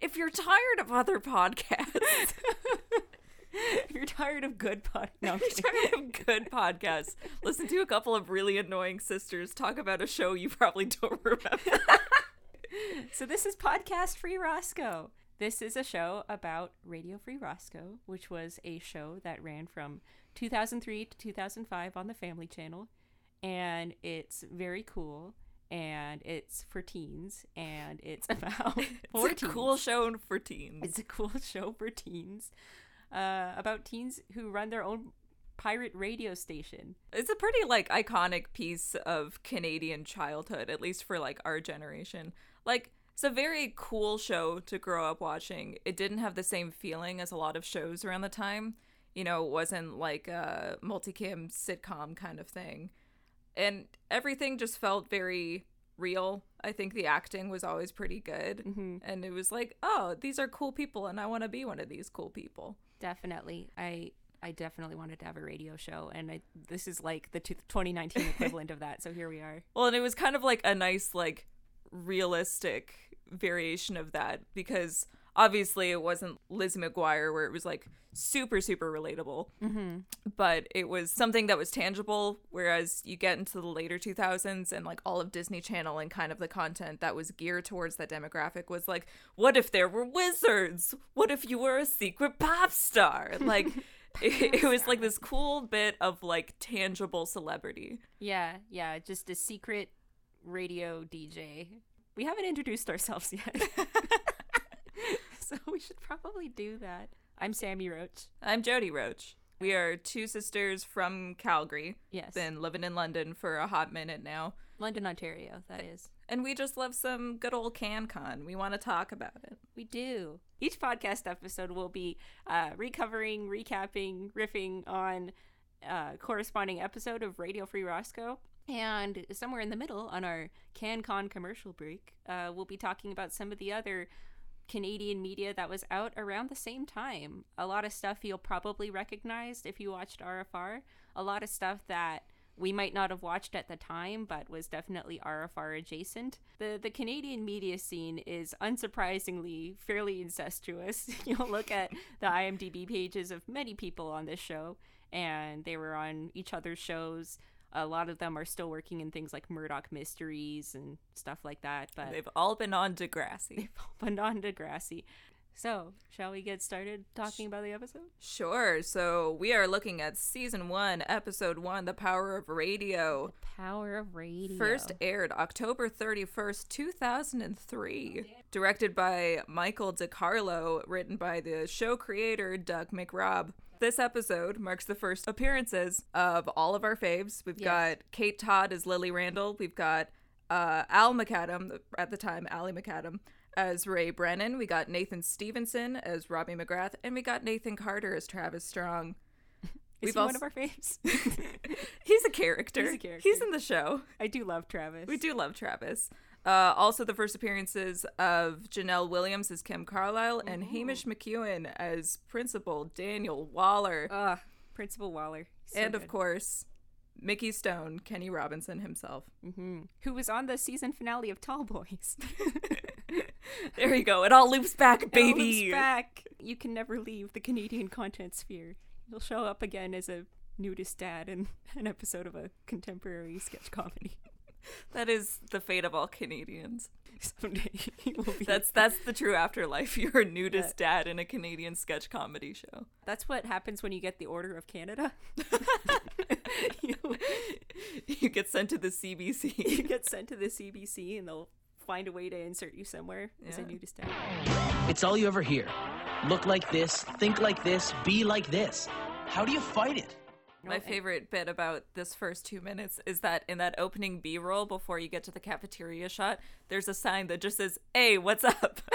if you're tired of other podcasts, If you're tired of good pod, no, I'm if kidding. you're tired of good podcasts, listen to a couple of really annoying sisters talk about a show you probably don't remember. So this is Podcast Free Roscoe. This is a show about Radio Free Roscoe, which was a show that ran from 2003 to 2005 on the Family Channel, and it's very cool. And it's for teens, and it's about four It's a teens. cool show for teens. It's a cool show for teens, uh, about teens who run their own pirate radio station. It's a pretty like iconic piece of Canadian childhood, at least for like our generation. Like it's a very cool show to grow up watching. It didn't have the same feeling as a lot of shows around the time. You know, it wasn't like a multicam sitcom kind of thing. And everything just felt very real. I think the acting was always pretty good. And it was like, oh, these are cool people and I want to be one of these cool people. Definitely. I I definitely wanted to have a radio show and I, this is like the two, 2019 equivalent of that. So here we are. Well, and it was kind of like a nice, like, realistic variation of that because obviously it wasn't Liz McGuire where it was like super, super relatable, Mm-hmm. but it was something that was tangible. Whereas you get into the later 2000s and like all of Disney Channel and kind of the content that was geared towards that demographic was like, what if there were wizards? What if you were a secret pop star? Like, it, it was like this cool bit of like tangible celebrity. Yeah, yeah, just a secret radio DJ. We haven't introduced ourselves yet. so we should probably do that. I'm Sammy Roach. I'm Jody Roach. We are two sisters from Calgary, Yes. been living in London for a hot minute now, London, Ontario, that is. and we just love some good old CanCon. We want to talk about it. We do. Each podcast episode will be uh, recovering, recapping, riffing on uh, corresponding episode of Radio Free Roscoe. And somewhere in the middle on our CanCon commercial break, uh, we'll be talking about some of the other Canadian media that was out around the same time. A lot of stuff you'll probably recognize if you watched RFR. A lot of stuff that we might not have watched at the time, but was definitely RFR adjacent. The the Canadian media scene is unsurprisingly fairly incestuous. You'll look at the IMDb pages of many people on this show, and they were on each other's shows. A lot of them are still working in things like Murdoch Mysteries and stuff like that. But They've all been on Degrassi. opened on Degrassi. So, shall we get started talking about the episode? Sure, so we are looking at season one, episode one, The Power of Radio. Power of radio. First aired October 31st, 2003. Directed by Michael DiCarlo, written by the show creator Doug McRobb. This episode marks the first appearances of all of our faves. We've Yes. got Kate Todd as Lily Randall. We've got uh, Al McAdam, at the time, Ally McAdam, as Ray Brennan. We got Nathan Stevenson as Robbie McGrath. And we got Nathan Carter as Travis Strong. is we've he one also- of our faves. He's a character. He's a character. He's in the show. I do love Travis. We do love Travis. Uh, also, the first appearances of Janelle Williams as Kim Carlisle and Mm-hmm. Hamish McEwen as Principal Daniel Waller. Ah, Principal Waller, so and of good. course, Mickey Stone, Kenny Robinson himself. Mhm. who was on the season finale of Tall Boys? There you go. It all loops back, It all baby. loops back. You can never leave the Canadian content sphere. You'll show up again as a nudist dad in an episode of a contemporary sketch comedy. That is the fate of all Canadians. Someday you will be. That's that's the true afterlife. You're a nudist dad in a Canadian sketch comedy show. That's what happens when you get the Order of Canada. you, You get sent to the CBC. you get sent to the CBC and they'll find a way to insert you somewhere as a Yeah. nudist. It's all you ever hear. Look like this, think like this, be like this. How do you fight it? My favorite bit about this first two minutes is that in that opening B roll before you get to the cafeteria shot, there's a sign that just says, Hey, what's up?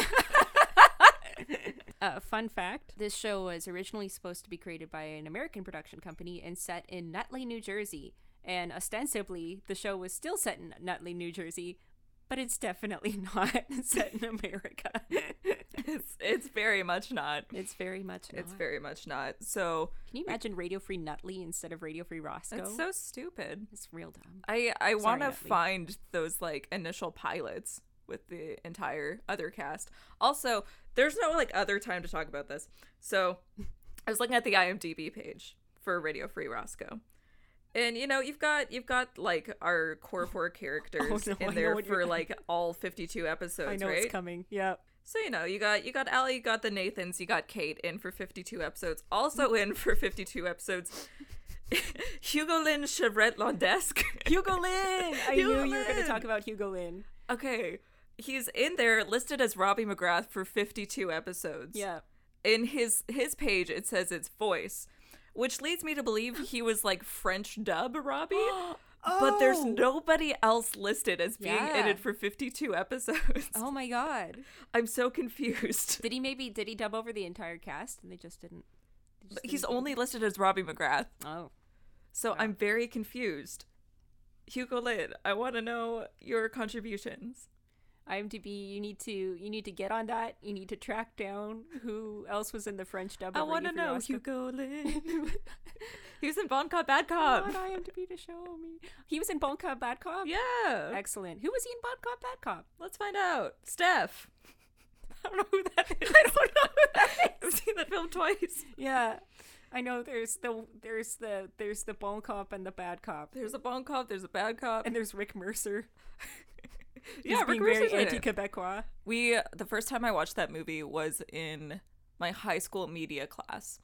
Uh, fun fact this show was originally supposed to be created by an American production company and set in Nutley, New Jersey. And ostensibly, the show was still set in Nutley, New Jersey, but it's definitely not set in America. it's, it's very much not. it's very much. Not. It's very much not. So Can you imagine Radio Free Nutley instead of Radio Free Roscoe? it's so stupid. It's real dumb. I, I want to Nutley. find those like initial pilots with the entire other cast. Also, there's no like other time to talk about this. So I was looking at the IMDb page for Radio Free Roscoe. And you know, you've got you've got like our core four characters Oh, no, I know in there what for you're- like all 52 episodes, I know right? it's coming. Yeah. So you know, you got you got Allie, you got the Nathans, you got Kate in for 52 episodes. Also in for 52 episodes, Hugo Lynn Chevret Landesque. Hugo Lynn. I Hugo knew you were going to Lynn! talk about Hugo Lynn. okay, he's in there listed as Robbie McGrath for 52 episodes. Yeah. In his his page, it says it's voice, which leads me to believe he was like French dub Robbie. But there's Oh! nobody else listed as being Yeah. in it for 52 episodes. Oh my god. I'm so confused. Did he maybe did he dub over the entire cast and they just didn't? they just But didn't He's do only listed as Robbie McGrath. it? Oh. So I'm very confused. Hugo Lynn, I want to know your contributions. IMDb, you need to you need to get on that. You need to track down who else was in the French dub. I of want to Radio Free know Roscoe. Hugo Lynn. he was in Bon Cop, Bad Oh, I Cop. want IMDb to show me. He was in Bon Cop Bad Cop. Yeah. Excellent. Who was he in Bon Cop Bad Cop? Let's find out. Steph. I don't know who that is. I don't know who that is. I've seen that film twice. yeah. I know there's the there's the there's the Bon Cop and the Bad Cop. There's a Bon Cop, there's a Bad Cop. And there's Rick Mercer. yeah, He's Rick being Mercer's in very it. anti-Quebecois. We the first time I watched that movie was in my high school media class.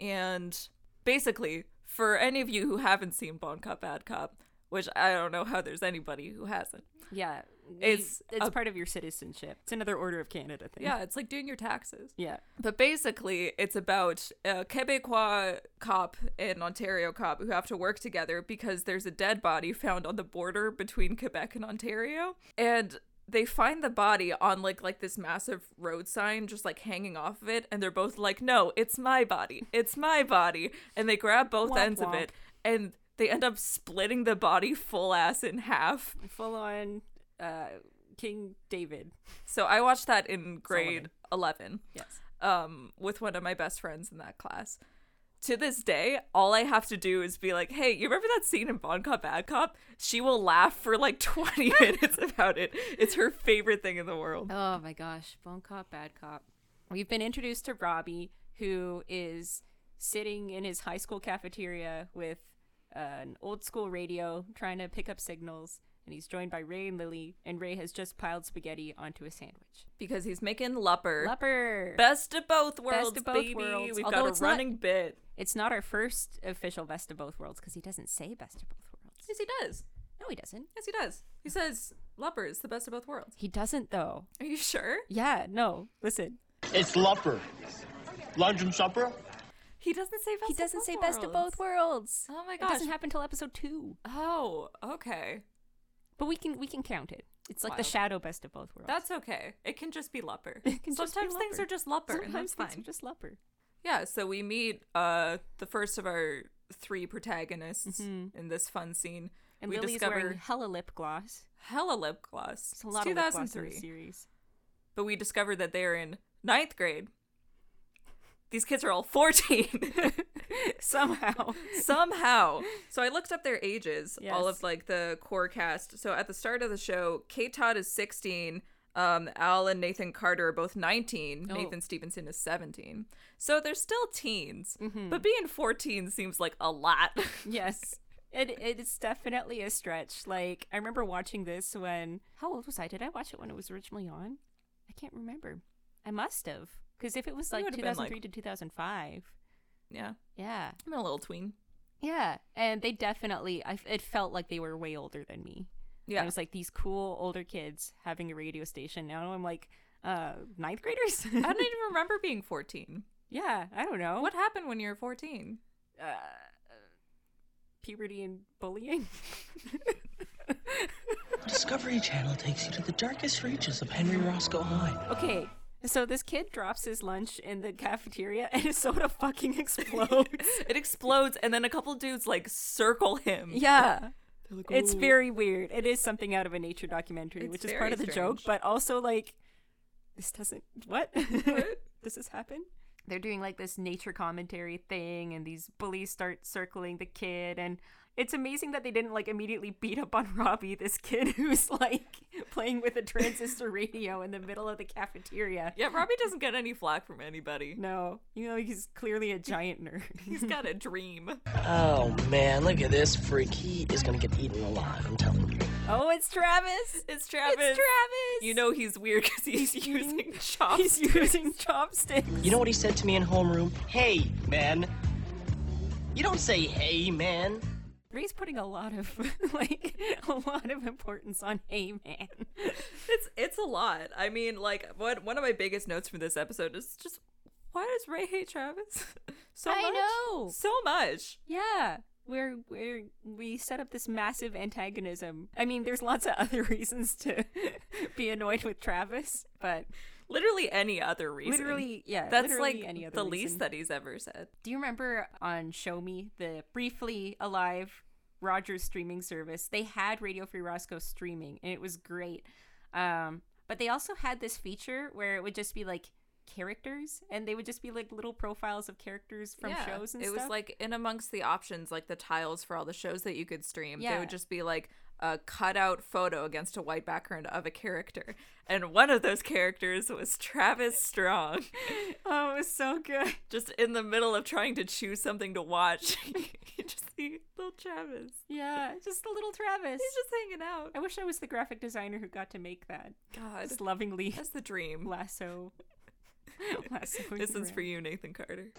And basically, for any of you who haven't seen Bon Cop Bad Cop, which I don't know how there's anybody who hasn't. Yeah. you- It's it's a- part of your citizenship. It's another order of Canada thing. Yeah, it's like doing your taxes. Yeah. But basically, it's about a Quebecois cop and an Ontario cop who have to work together because there's a dead body found on the border between Quebec and Ontario, and they find the body on like like this massive road sign just like hanging off of it, and they're both like, "No, it's my body, it's my body," and they grab both Womp ends of womp. it, and they end up splitting the body full ass in half. Full on uh King David. So I watched that in grade Solomon. eleven. Yes. um, with one of my best friends in that class. To this day, all I have to do is be like, hey, you remember that scene in Bon Cop, Bad Cop? She will laugh for like 20 minutes about it. It's her favorite thing in the world. Oh my gosh, Bone Cop, Bad Cop. We've been introduced to Robbie, who is sitting in his high school cafeteria with uh, an old school radio trying to pick up signals. And he's joined by Ray and Lily, and Ray has just piled spaghetti onto a sandwich. Because he's making Lupper. Leper! Best of both worlds, of both baby. worlds. We've Although got a it's not- running bit. It's not our first official best of both worlds because he doesn't say best of both worlds. Yes, he does. No, he doesn't. Yes, he does. He says Lupper is the best of both worlds. He doesn't, though. Are you sure? Yeah, no, listen. It's Lupper. Lunch and supper? He doesn't say best he of doesn't both say best of worlds. both worlds. Oh my It doesn't gosh. happen until episode two. Oh, okay. But we can we can count it. It's like the Wild. shadow best of both worlds. That's okay. It can just be Lupper. It can just be Sometimes things Lupper. are just Lupper, and Sometimes that's things are fine. just leper. Yeah, so we meet uh the first of our three protagonists Mm-hmm. in this fun scene. And we Lily's discover wearing hella lip gloss. hella lip gloss. It's a lot of lip gloss in the 2003. series. but we discover that they're in ninth grade. These kids are all 14 Somehow. somehow. So I looked up their ages, all Yes. of like the core cast. So at the start of the show, Kate Todd is 16. Um, Al and Nathan Carter are both 19. Oh. Nathan Stevenson is 17. So they're still teens, Mm-hmm. but being 14 seems like a lot. yes. It it's definitely a stretch. Like I remember watching this when how old was I? Did I watch it when it was originally on? I can't remember. I must have. Because if it was You like would've been, 2003 like- to 2005, yeah. yeah, I'm a little tween. yeah, and they definitely, I, it felt like they were way older than me. Yeah. I was like these cool older kids having a radio station. Now I'm like uh ninth graders. I don't even remember being 14. yeah, I don't know. What happened when you were 14? uh, puberty and bullying? Discovery Channel takes you to the darkest reaches of Henry Roscoe High. okay. So this kid drops his lunch in the cafeteria and his soda fucking explodes. It explodes, and then a couple dudes like circle him. yeah. It's very weird. It is something out of a nature documentary, It's which is very part of the joke, strange. but also like this doesn't what? Does this happen? They're doing like this nature commentary thing and these bullies start circling the kid and It's amazing that they didn't like immediately beat up on Robbie, this kid who's like playing with a transistor radio in the middle of the cafeteria. Yeah, Robbie doesn't get any flack from anybody. No, you know he's clearly a giant nerd. He's got a dream. Oh man, look at this freak. He is gonna get eaten alive, I'm telling you. oh, it's Travis. It's Travis. It's Travis. You know he's weird because he's, using he's chopsticks. using chopsticks. You know what he said to me in homeroom? Hey, man. You don't say hey, man. Ray's putting a lot of like a lot of importance on hey man. It's it's a lot. I mean, like what one of my biggest notes from this episode is just why does Ray hate Travis so I much? know. so much. Yeah. We're we're we set up this massive antagonism. I mean, there's lots of other reasons to be annoyed with Travis, but Literally any other reason. literally, yeah, That's literally like any other the reason. least that he's ever said. Do you remember on Show Me, the briefly alive Rogers streaming service? They had Radio Free Roscoe streaming, and it was great. Um, but they also had this feature where it would just be like characters, and they would just be like little profiles of characters from Yeah. shows and it stuff. was like in amongst the options, like the tiles for all the shows that you could stream. They Yeah. would just be like a cutout photo against a white background of a character, and one of those characters was Travis Strong. oh, it was so good. just in the middle of trying to choose something to watch, you just see little Travis. Yeah, just a little Travis. He's just hanging out. I wish I was the graphic designer who got to make that. God, Just lovingly that's the dream. lasso. lasso This is for you, Nathan Carter.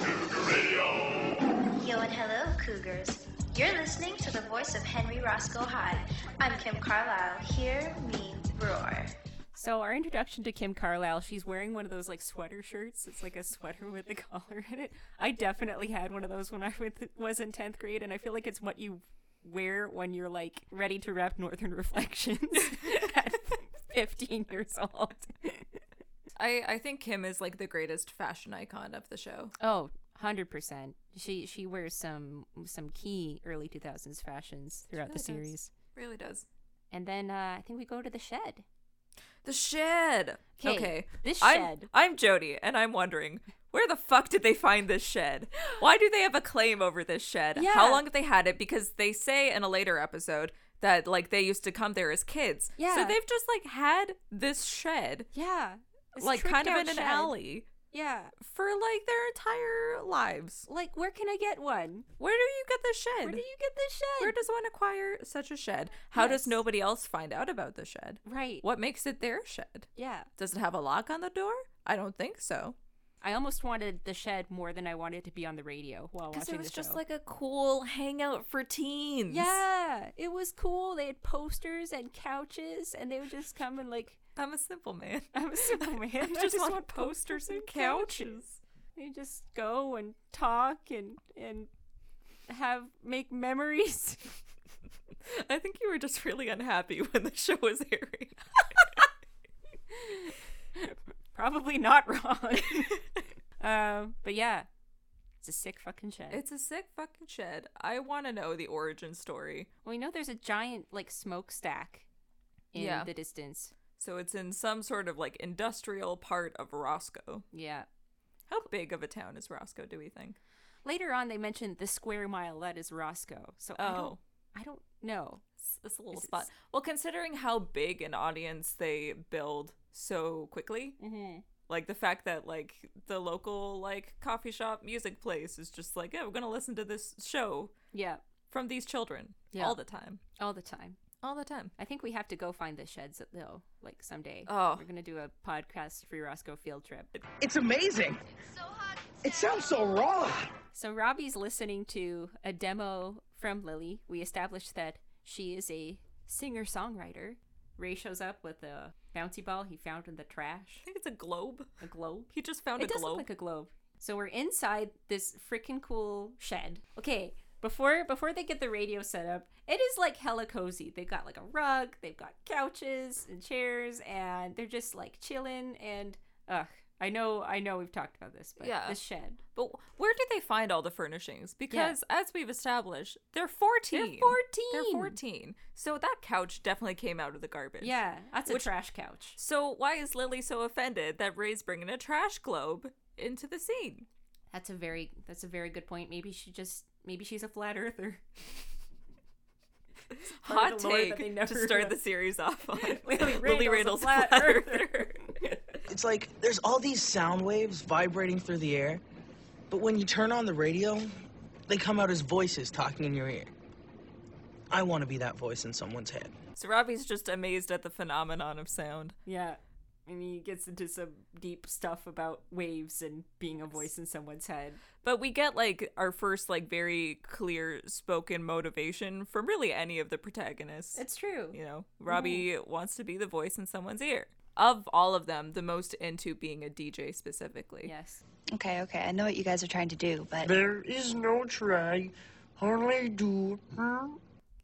Yo and hello, Cougars. You're listening to the voice of Henry Roscoe High. I'm Kim Carlisle. Hear me roar. So our introduction to Kim Carlisle, she's wearing one of those like sweater shirts. It's like a sweater with a collar in it. I definitely had one of those when I with- was in tenth grade, and I feel like it's what you wear when you're like ready to rap Northern Reflections at fifteen years old. I I think Kim is like the greatest fashion icon of the show. Oh, 100 percent. She she wears some some key early two thousands fashions throughout really the does. series, Really does. and then uh, I think we go to the shed. The shed. 'Kay, Okay. this I'm- shed. I'm Jody, and I'm wondering where the fuck did they find this shed? Why do they have a claim over this shed? Yeah. How long have they had it? Because they say in a later episode that like they used to come there as kids. Yeah. So they've just like had this shed Yeah, like kind of in an alley Yeah, for like their entire lives. like where can I get one? Where do you get this shed? Where do you get this shed? Where does one acquire such a shed? How Yes. does nobody else find out about the shed? right? What makes it their shed? Yeah, Does it have a lock on the door? I don't think so. I almost wanted the shed more than I wanted to be on the radio while Because watching it was the just show. like a cool hangout for teens. yeah, it was cool. They had posters and couches, and they would just come and like. I'm a simple man. I'm a simple man. I just, want, posters and couches. You just go and talk and and have make memories. I think you were just really unhappy when the show was airing. Probably not wrong. um, but yeah, it's a sick fucking shed. It's a sick fucking shed. I want to know the origin story. well, we know there's a giant like smokestack in Yeah. the distance. So it's in some sort of like industrial part of Roscoe. Yeah. How big of a town is Roscoe, do we think? Later on, they mentioned the square mile that is Roscoe. So I don't, Oh. I don't know. It's, it's a little Is it spot. s- Well, considering how big an audience they build so quickly, Mhm. like the fact that like the local like coffee shop music place is just like, yeah, we're gonna listen to this show Yeah, from these children Yeah. all the time, all the time. all the time. I think we have to go find the sheds uh, though, like someday. Oh. We're gonna do a podcast free Roscoe field trip. It's amazing. It sounds so raw. So Robbie's listening to a demo from Lily. We established that she is a singer songwriter. Ray shows up with a bouncy ball he found in the trash, I think it's a globe. a globe. He just found It a does globe. look like a globe. So we're inside this freaking cool shed. Okay, before before they get the radio set up, it is like hella cozy. They've got like a rug, they've got couches and chairs, and they're just like chilling. And ugh, I know I know we've talked about this, but Yeah. the shed. but where did they find all the furnishings? Because as we've established, they're 14. They're They're 14. 14. So that couch definitely came out of the garbage. Yeah, that's a Which- trash couch. So why is Lily so offended that Ray's bringing a trash globe into the scene? That's a very that's a very good point. Maybe she just Maybe she's a flat earther. part Hot of the lore that take they to never start know. the series off on. Lily Randall's a Randall's flat flat earther. earther. It's like there's all these sound waves vibrating through the air, but when you turn on the radio, they come out as voices talking in your ear. I want to be that voice in someone's head. so Robbie's just amazed at the phenomenon of sound. Yeah. And he gets into some deep stuff about waves and being a voice in someone's head. But we get like our first like very clear spoken motivation from really any of the protagonists. It's true. you know, Robbie wants to be the voice in someone's ear. Of all of them, the most into being a DJ specifically. Yes. Okay, okay. I know what you guys are trying to do, but There is no try, only do. Hmm?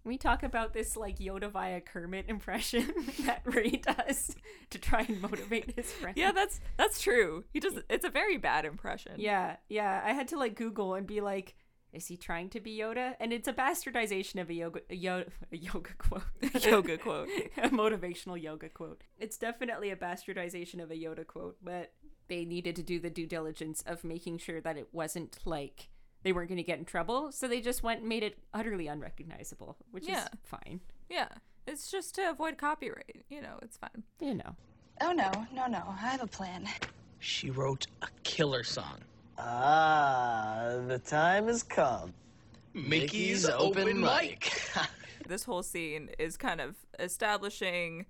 Can we talk about this like Yoda via Kermit impression that Ray does to try and motivate his friend? Yeah, that's that's true. He does. It's a very bad impression. Yeah, yeah. I had to like Google and be like, is he trying to be Yoda? And it's a bastardization of a yoga, a yoga, a yoga quote. Yoga quote. a motivational yoga quote. It's definitely a bastardization of a Yoda quote, but they needed to do the due diligence of making sure that it wasn't like they weren't going to get in trouble. So they just went and made it utterly unrecognizable, which Yeah. is fine. Yeah. It's just to avoid copyright. You know, it's fine. You know. oh no, no, no. I have a plan. She wrote a killer song. Ah, the time has come. Mickey's, open, mic. This whole scene is kind of establishing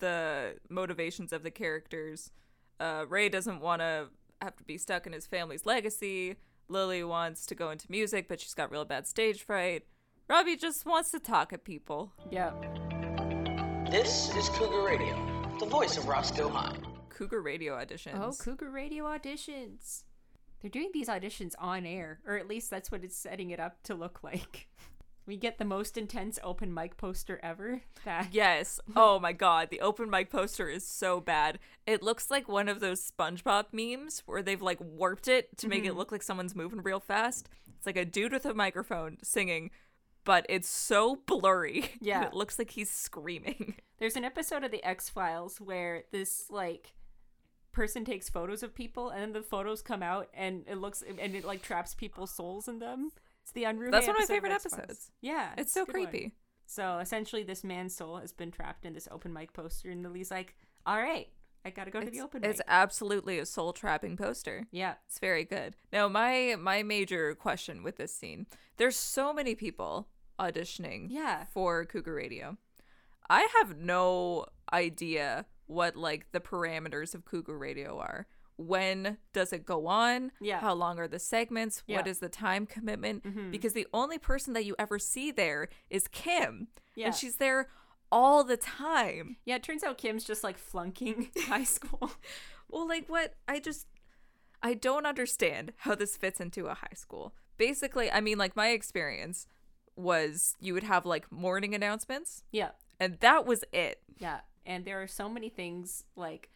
the motivations of the characters. Uh, Ray doesn't want to have to be stuck in his family's legacy. Lily wants to go into music, but she's got real bad stage fright. Robbie just wants to talk at people. Yeah. This is Cougar Radio, the voice of Roscoe High. Cougar radio auditions. Oh, Cougar Radio auditions. They're doing these auditions on air, or at least that's what it's setting it up to look like. We get the most intense open mic poster ever. That Yes. Oh my god, the open mic poster is so bad. It looks like one of those SpongeBob memes where they've like warped it to make it look like someone's moving real fast. It's like a dude with a microphone singing, but it's so blurry. that Yeah. it looks like he's screaming. There's an episode of the X Files where this like person takes photos of people, and then the photos come out, and it looks and it like traps people's souls in them. It's the unruly. That's one of my episode favorite X-Files. episodes. Yeah, It's, a so good one. creepy. So essentially, this man's soul has been trapped in this open mic poster, and Lily's like, "All right, I gotta go to It's, the open it's mic." absolutely a soul trapping poster. yeah, It's very good. Now, my my major question with this scene: there's so many people auditioning, Yeah. for Cougar Radio. I have no idea what like the parameters of Cougar Radio are. When does it go on? Yeah. How long are the segments? What Yeah. Mm-hmm. is the time commitment? Because the only person that you ever see there is Kim, Yeah. and she's there all the time. Yeah, it turns out Kim's just like flunking high school. Well, like what? I just I don't understand how this fits into a high school. Basically, I mean like my experience was you would have like morning announcements yeah, and that was it. yeah. And there are so many things like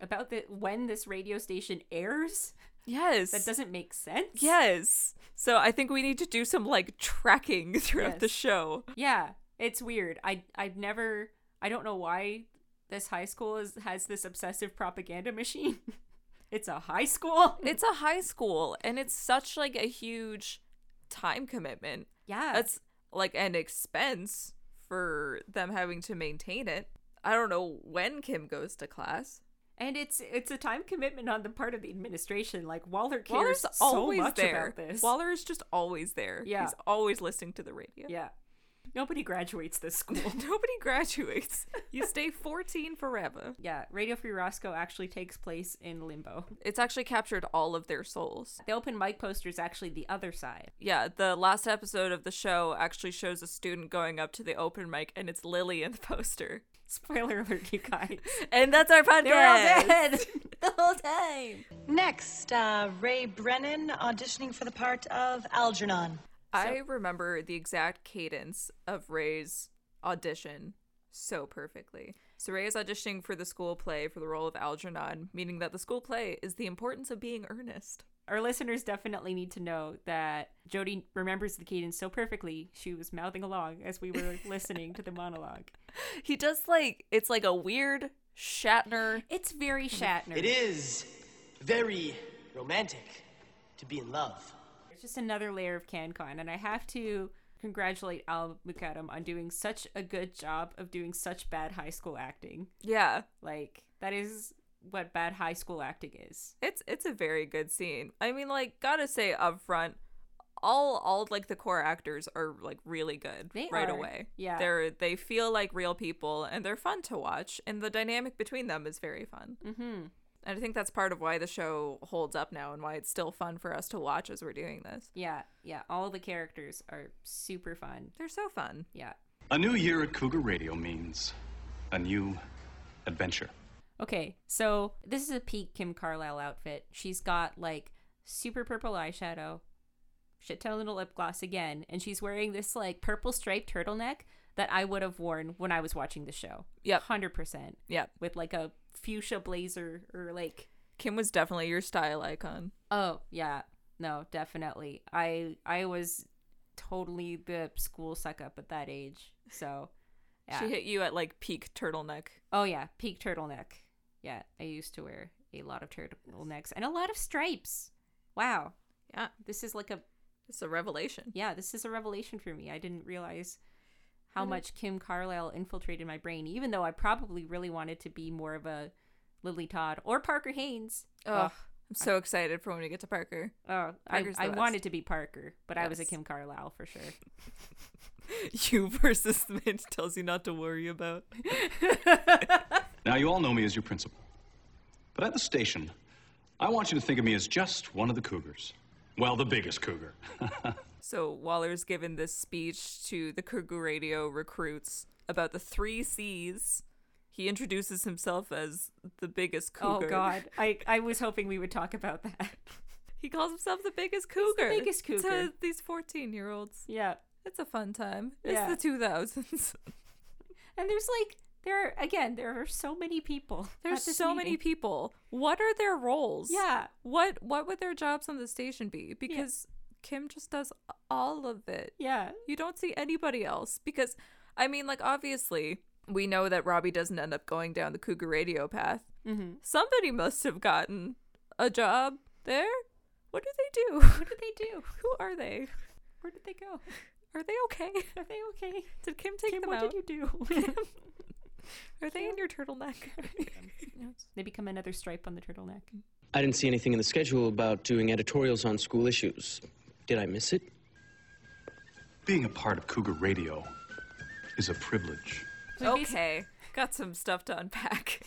about the when this radio station airs Yes. that doesn't make sense. Yes. So I think we need to do some like tracking throughout the Yes. show. Yeah, it's weird. I I've never I don't know why this high school is has this obsessive propaganda machine. it's a high school. It's a high school and it's such like a huge time commitment. yeah. That's like an expense for them having to maintain it. I don't know when Kim goes to class. and it's it's a time commitment on the part of the administration. Like Waller cares Waller's always so much there. about this. Waller is just always there. Yeah. He's always listening to the radio. yeah. Nobody graduates this school. Nobody graduates. You stay 14 forever. Yeah, Radio Free Roscoe actually takes place in limbo. It's actually captured all of their souls. The open mic poster is actually the other side. Yeah, the last episode of the show actually shows a student going up to the open mic, and it's Lily in the poster. Spoiler alert, you guys. And that's our podcast. They're all dead the whole time. Next, uh, Ray Brennan auditioning for the part of Algernon. I remember the exact cadence of Ray's audition so perfectly. So Ray is auditioning for the school play for the role of Algernon, meaning that the school play is the importance of being earnest. Our listeners definitely need to know that Jody remembers the cadence so perfectly. She was mouthing along as we were listening to the monologue. He does like it's like a weird Shatner. It's very Shatner. It is very romantic to be in love. It's just another layer of CanCon, and I have to congratulate Al Mukadam on doing such a good job of doing such bad high school acting. Yeah. Like that is what bad high school acting is. It's it's a very good scene. I mean, like, gotta say up front, all all like the core actors are like really good They right are, away. yeah. They're they feel like real people and they're fun to watch and the dynamic between them is very fun. Mm-hmm. And I think that's part of why the show holds up now and why it's still fun for us to watch as we're doing this. Yeah, yeah. All the characters are super fun. They're so fun. Yeah. A new year at Cougar Radio means a new adventure. Okay, so this is a peak Kim Carlisle outfit. She's got like super purple eyeshadow, shit ton of little lip gloss again, and she's wearing this like purple striped turtleneck that I would have worn when I was watching the show. Yep. hundred percent. Yep. With like a fuchsia blazer or like Kim was definitely your style icon. oh yeah no definitely I I was totally the school suck up at that age so yeah. She hit you at like peak turtleneck. Oh yeah, peak turtleneck. Yeah, I used to wear a lot of turtlenecks and a lot of stripes. Wow. Yeah. This is like a It's a revelation. yeah, this is a revelation for me. I didn't realize how Mm-hmm. much Kim Carlisle infiltrated my brain, even though I probably really wanted to be more of a Lily Todd or Parker Haynes. Ugh. I'm so excited for when we get to Parker. Oh, I, Parker's the I best. wanted to be Parker, but I was a Yes. Kim Carlisle for sure. you versus the man tells you not to worry about. Now, you all know me as your principal. But at the station, I want you to think of me as just one of the cougars. Well, the biggest cougar. So Waller's given this speech to the Kugu Radio recruits about the three C's. He introduces himself as the biggest Oh cougar. God, I I was hoping we would talk about that. He calls himself the biggest cougar. biggest cougar. To these 14 year olds. yeah. It's a fun time. It's Yeah. the 2000s. And there's like there are, again there are so many people. There's at this so many meeting. people. What are their roles? Yeah. What what would their jobs on the station be? Because Kim just does all of it. Yeah. You don't see anybody else because, I mean, like, obviously, we know that Robbie doesn't end up going down the Cougar radio path. Mm-hmm. Somebody must have gotten a job there. What do they do? What did they do? Who are they? Where did they go? Are they okay? Are they okay? Did Kim take Kim, them what out? did you do? Are they in your turtleneck? they become another stripe on the turtleneck. I didn't see anything in the schedule about doing editorials on school issues. Did I miss it? Being a part of Cougar Radio is a privilege. okay, got some stuff to unpack.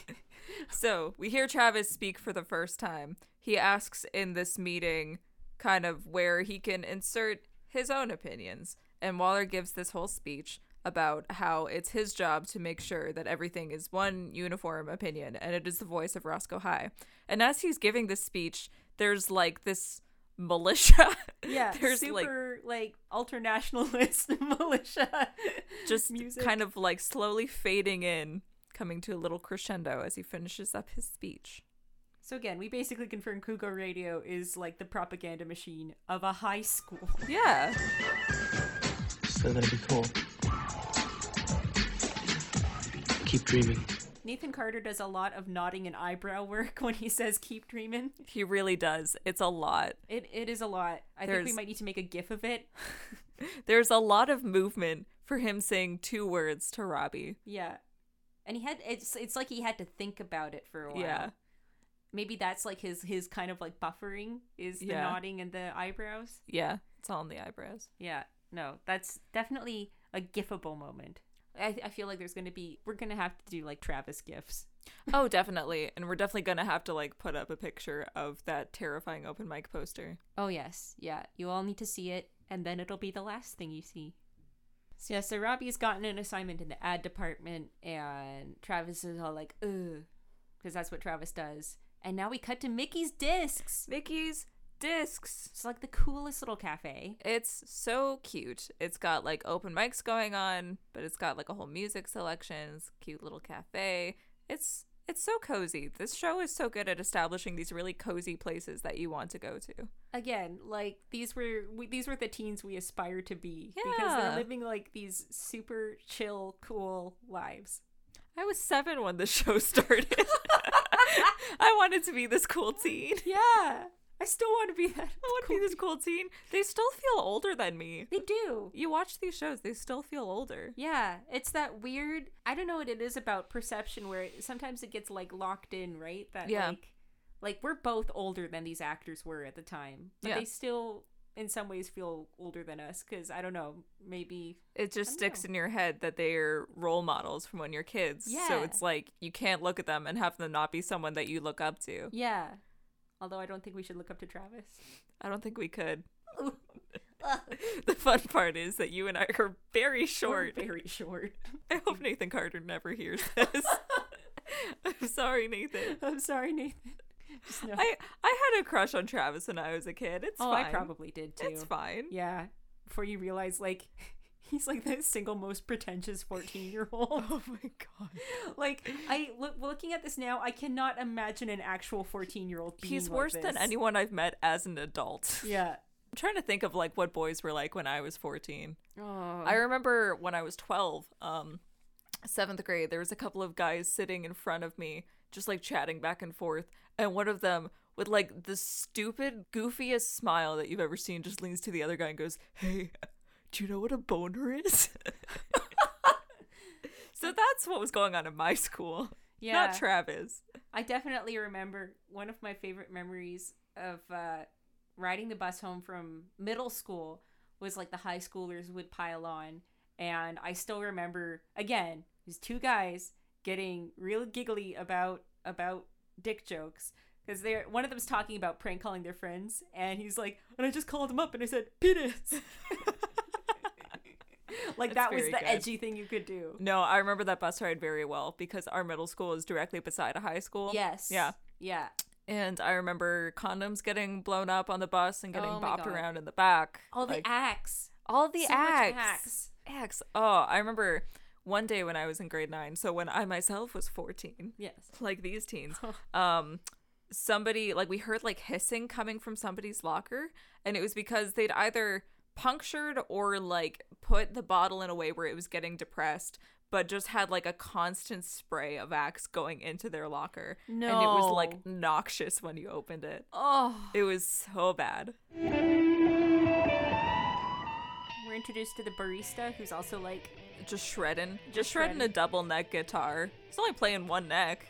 so we hear Travis speak for the first time. He asks in this meeting, kind of where he can insert his own opinions. And Waller gives this whole speech about how it's his job to make sure that everything is one uniform opinion and it is the voice of Roscoe High. And as he's giving this speech, there's like this militia. there's like super like, ultranationalist militia. just music. kind of like slowly fading in, coming to a little crescendo as he finishes up his speech. So again, we basically confirm Cougar Radio is like the propaganda machine of a high school. Yeah. So that'd be cool. Keep dreaming. Nathan Carter does a lot of nodding and eyebrow work when he says "keep dreaming." He really does. It's a lot. It it is a lot. I think There's- we might need to make a gif of it. There's a lot of movement for him saying two words to Robbie. Yeah. And he had it's it's like he had to think about it for a while. Yeah. Maybe that's like his his kind of like buffering is the Yeah. nodding and the eyebrows. Yeah. It's all in the eyebrows. Yeah. No, that's definitely a gifable moment. I I feel like there's going to be we're going to have to do like Travis gifs. Oh, definitely. And we're definitely going to have to like put up a picture of that terrifying open mic poster. Oh yes. Yeah. You all need to see it and then it'll be the last thing you see. So yeah, so Robbie's gotten an assignment in the ad department and Travis is all like, "Ugh." Cuz that's what Travis does. And now we cut to Mickey's discs. Mickey's discs. It's like the coolest little cafe. It's so cute. It's got like open mics going on, but it's got like a whole music selection, it's a cute little cafe. It's it's so cozy. This show is so good at establishing these really cozy places that you want to go to. Again, like these were we, these were the teens we aspire to be because Yeah. they're living like these super chill, cool lives. I was 7 when the show started. I wanted to be this cool teen. Yeah, I still want to be that. I want to be this cool teen. They still feel older than me. They do. You watch these shows, they still feel older. Yeah, it's that weird. I don't know what it is about perception where it, sometimes it gets like locked in, right? That Yeah. like like we're both older than these actors were at the time, but Yeah. they still in some ways feel older than us cuz I don't know, maybe It just Oh. sticks in your head that they're role models from when you're kids. So Yeah. it's like you can't look at them and have them not be someone that you look up to. yeah. Although I don't think we should look up to Travis. I don't think we could. the fun part is that you and I are very short. very short. I hope Nathan Carter never hears this. I'm sorry, Nathan. I'm sorry, Nathan. Just know- I I had a crush on Travis when I was a kid. It's oh, fine. I probably did too. It's fine. Yeah. Before you realize, like, he's like the single most pretentious 14 year old. Oh my god. like, I look looking at this now, I cannot imagine an actual 14 year old being He's like worse than this. anyone I've met as an adult. Yeah. I'm trying to think of like what boys were like when I was 14. Oh. I remember when I was 12, um, seventh grade, there was a couple of guys sitting in front of me, just like chatting back and forth. And one of them, with like the stupid, goofiest smile that you've ever seen, just leans to the other guy and goes, Hey, do you know what a boner is? so that's what was going on in my school. Yeah. Not Travis. I definitely remember one of my favorite memories of uh, riding the bus home from middle school was like the high schoolers would pile on. And I still remember, again, these two guys getting real giggly about about dick jokes because they're one of them's talking about prank calling their friends and he's like and i just called him up and i said penis like That's that was the very good. edgy thing you could do No, I remember that bus ride very well because our middle school is directly beside a high school. yes Yeah. yeah And I remember condoms getting blown up on the bus and getting Oh my bopped God. around in the back. all Like, the acts all the so much acts. acts. Acts. Oh, I remember one day when I was in grade nine, so when I myself was 14, yes like these teens, um, somebody, like, we heard like hissing coming from somebody's locker, and it was because they'd either punctured or like put the bottle in a way where it was getting depressed. But just had like a constant spray of axe going into their locker. And it was like noxious when you opened it. oh It was so bad. We're introduced to the barista, who's also like, Just shredding. Just, Just shredding, shredding. a double neck guitar. He's only playing one neck.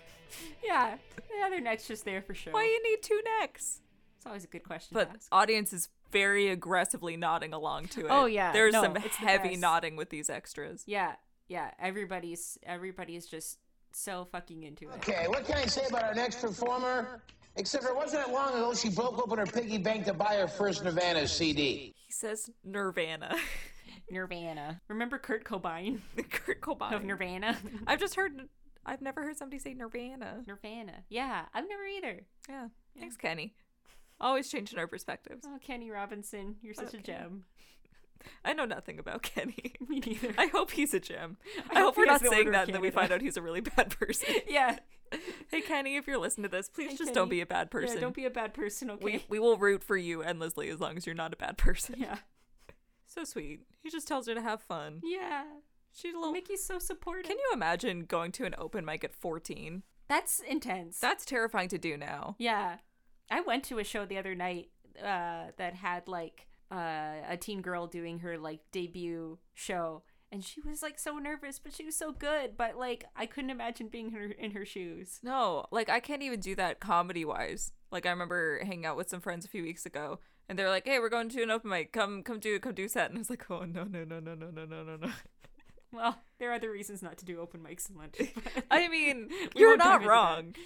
yeah, the other neck's just there for show. Why you need two necks? It's always a good question But to ask. audience is very aggressively nodding along to it. Oh, yeah. There's No, some it's the heavy best. nodding with these extras. yeah, yeah, everybody's everybody's just so fucking into it. Okay, what can I say about our next performer? Except for it wasn't that long ago she broke open her piggy bank to buy her first Nirvana CD. He says Nirvana. Nirvana. Remember Kurt Cobain Kurt Cobain. of Nirvana? I've just heard I've never heard somebody say Nirvana. Nirvana. Yeah, I've never either. Yeah. Thanks, Kenny. Always changing our perspectives. Oh, Kenny Robinson, you're such a Okay. gem. I know nothing about Kenny. Me neither. I hope he's a gem. I I hope hope he we're has not the saying Order of that and then we Canada. find out he's a really bad person. yeah. hey Kenny, if you're listening to this, please Hey, just Kenny. don't be a bad person. Yeah, don't be a bad person, okay? we, we will root for you endlessly as long as you're not a bad person. yeah. So sweet. He just tells her to have fun. Yeah. She's a little. Mickey's so supportive. Can you imagine going to an open mic at 14? That's intense. That's terrifying to do now. Yeah. I went to a show the other night uh, that had like uh, a teen girl doing her like debut show and she was like so nervous but she was so good but like I couldn't imagine being her in her shoes. No, like I can't even do that comedy wise. Like I remember hanging out with some friends a few weeks ago, and they're like, "Hey, we're going to an open mic. Come, come do, come do a set." And I was like, "Oh no, no, no, no, no, no, no, no, no." Well, there are other reasons not to do open mics and lunch. I mean, We you're won't dive not into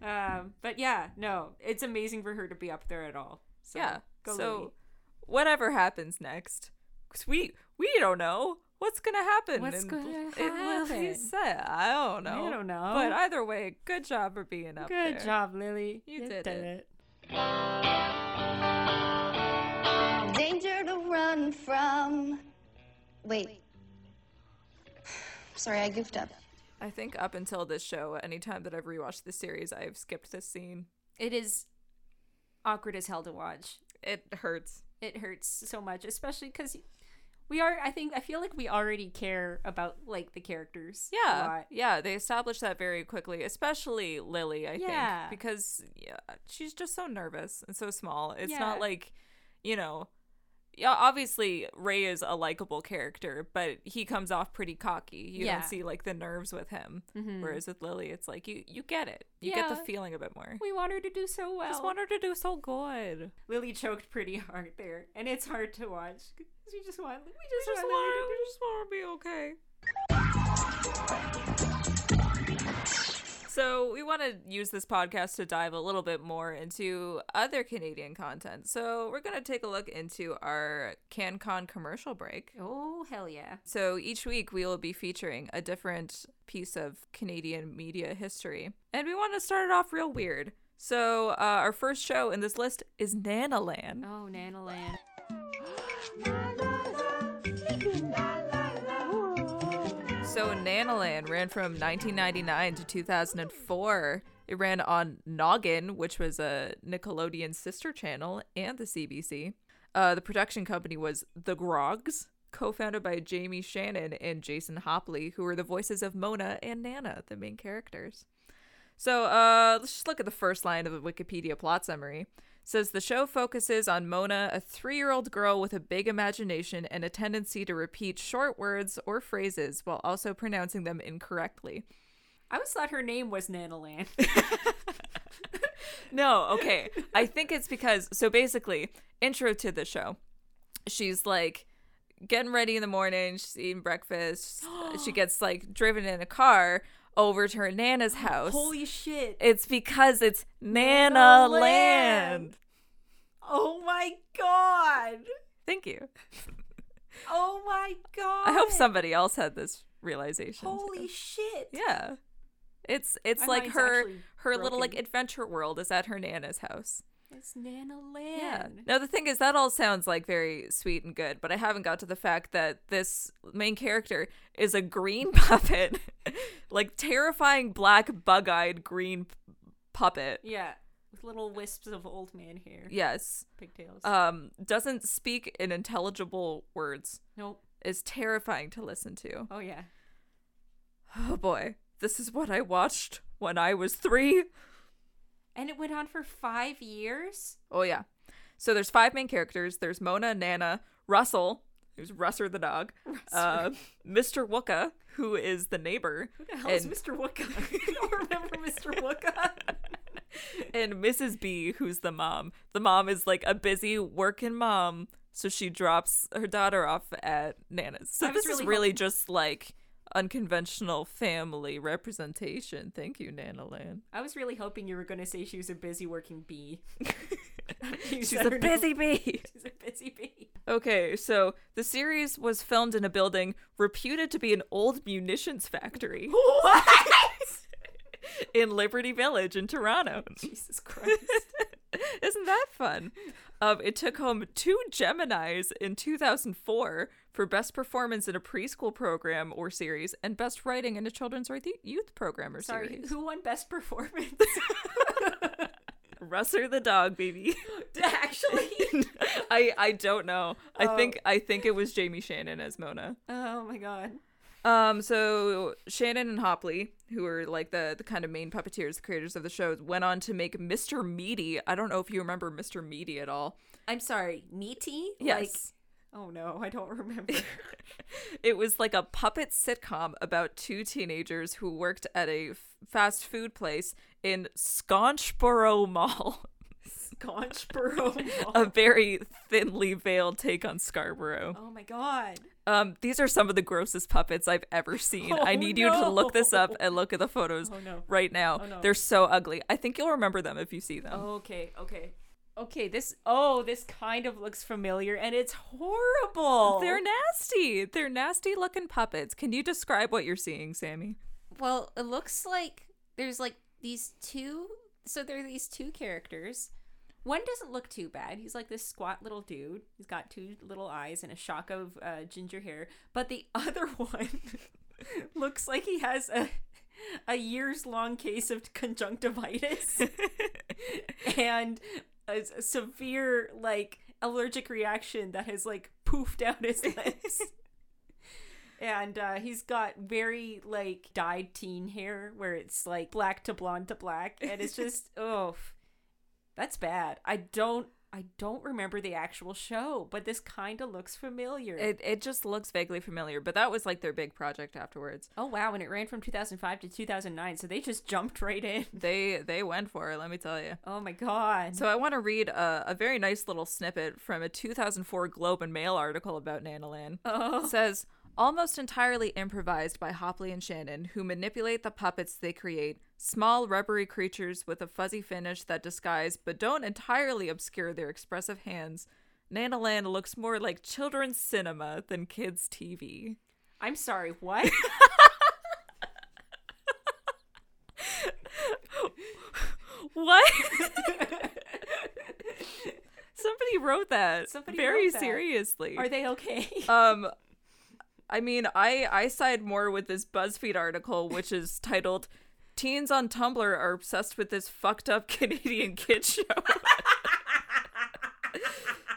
that. wrong. um, but yeah, no, it's amazing for her to be up there at all. So, yeah. go so, Louie. whatever happens next, 'cause we we don't know what's gonna happen. What's in- gonna in Lily's set. I don't know. I don't know. But either way, good job for being up there. good job, Lily. You did it. Danger to run from. Wait. Sorry, I goofed up. I think up until this show, anytime that I've rewatched the series, I've skipped this scene. It is awkward as hell to watch. It hurts. it hurts so much, especially because We are. I think. I feel like we already care about like the characters. a Yeah, lot. yeah, they established that very quickly, especially Lily. I Yeah. think because yeah, she's just so nervous and so small. It's Yeah. not like, you know, yeah. Obviously, Ray is a likable character, but he comes off pretty cocky. You Yeah. don't see like the nerves with him, Mhm. whereas with Lily, it's like you you get it. You get the Yeah. feeling a bit more. We want her to do so well. Just want her to do so good. Lily choked pretty hard there, and it's hard to watch. 'cause We just want. We just, We just want, want, we Lily just want her to be okay. So, we want to use this podcast to dive a little bit more into other Canadian content. So, we're going to take a look into our CanCon commercial break. to do. Oh hell yeah! So, each week we will be featuring a different piece of Canadian media history. And we want to start it off real weird. So, uh, our first show in this list is Nanaland. Oh Nana Land. So Nanaland ran from 1999 to 2004. It ran on Noggin, which was a Nickelodeon sister channel, and the CBC. Uh, the production company was The Grogs, co-founded by Jamie Shannon and Jason Hopley, who were the voices of Mona and Nana, the main characters. So uh, let's just look at the first line of the Wikipedia plot summary. It says the show focuses on Mona, a three-year-old girl with a big imagination and a tendency to repeat short words or phrases while also pronouncing them incorrectly. I always thought her name was Nana Land. No, okay. I think it's because so basically, intro to the show. She's like getting ready in the morning, she's eating breakfast, she gets like driven in a car over to her nana's house. Holy shit! it's because it's Nana Nana Land. Land. Oh my god! Thank you. Oh my god! I hope somebody else had this realization. too. Holy shit! Yeah. It's it's My like mind's her actually her little like broken. adventure world is at her nana's house. It's Nana Yeah. Land. No, the thing is, that all sounds like very sweet and good, but I haven't got to the fact that this main character is a green puppet, like terrifying black bug-eyed green p- puppet. Yeah, with little wisps of old man hair. Yes. Pigtails. Um, doesn't speak in intelligible words. nope. Is terrifying to listen to. Oh yeah. Oh boy, this is what I watched when I was three. And it went on for five years. Oh yeah. So there's five main characters. There's Mona, Nana, Russell, who's Russer the dog, uh, Mr. Wooka, who is the neighbor, Who the hell is and- Mr. Wooka? I don't remember Mr. Wooka. and Mrs. B, who's the mom. The mom is like a busy working mom, so she drops her daughter off at Nana's. So I was this is really really hoping- just like unconventional family representation. Thank you, Nana Land. I was really hoping you were going to say she was a busy working bee. You She's said a her name- busy bee. She's a busy bee. Okay, so the series was filmed in a building reputed to be an old munitions factory. What? in Liberty Village in Toronto. Jesus Christ. Isn't that fun? Um, it took home two Geminis in 2004 for Best Performance in a Preschool Program or Series and Best Writing in a Children's or Th- Youth Program or Sorry, Series. who won best performance? Russer the dog, baby. Actually. I, I don't know. I Oh. think I think it was Jamie Shannon as Mona. oh my god. Um, so Shannon and Hopley, who were like the, the kind of main puppeteers, the creators of the show, went on to make Mr. Meaty. I don't know if you remember Mr. Meaty at all. I'm sorry, meaty? Yes. Like, oh no, I don't remember. It was like a puppet sitcom about two teenagers who worked at a f- fast food place in Sconchborough Mall, Conchborough Mall. a very thinly veiled take on Scarborough. Oh my god. Um, these are some of the grossest puppets I've ever seen. I Oh, need you to look this up no. and look at the photos Oh, no. right now. Oh, no. They're so ugly. I think you'll remember them if you see them. Okay, okay. Okay, this oh, this kind of looks familiar and it's horrible. They're nasty. They're nasty looking puppets. Can you describe what you're seeing, Sammy? Well, it looks like there's like these two. So there are these two characters. One doesn't look too bad. He's like this squat little dude. He's got two little eyes and a shock of uh, ginger hair. But the other one looks like he has a a years long case of conjunctivitis and a, s- severe like allergic reaction that has like poofed out his lips. and uh, he's got very like dyed teen hair where it's like black to blonde to black, and it's just oh, that's bad. I don't. I don't remember the actual show, but this kind of looks familiar. It, it just looks vaguely familiar, but that was like their big project afterwards. Oh wow, and it ran from 2005 to 2009, so they just jumped right in. They they went for it, let me tell you. Oh my god. So I want to read a, a very nice little snippet from a 2004 Globe and Mail article about Nanolan. Oh. It says almost entirely improvised by Hopley and Shannon, who manipulate the puppets they create, small rubbery creatures with a fuzzy finish that disguise but don't entirely obscure their expressive hands. Nanaland looks more like children's cinema than kids' TV. I'm sorry, what? what? Somebody wrote that Somebody very wrote that. seriously. Are they okay? um I mean, I I side more with this BuzzFeed article, which is titled "Teens on Tumblr Are Obsessed with This Fucked Up Canadian Kid Show."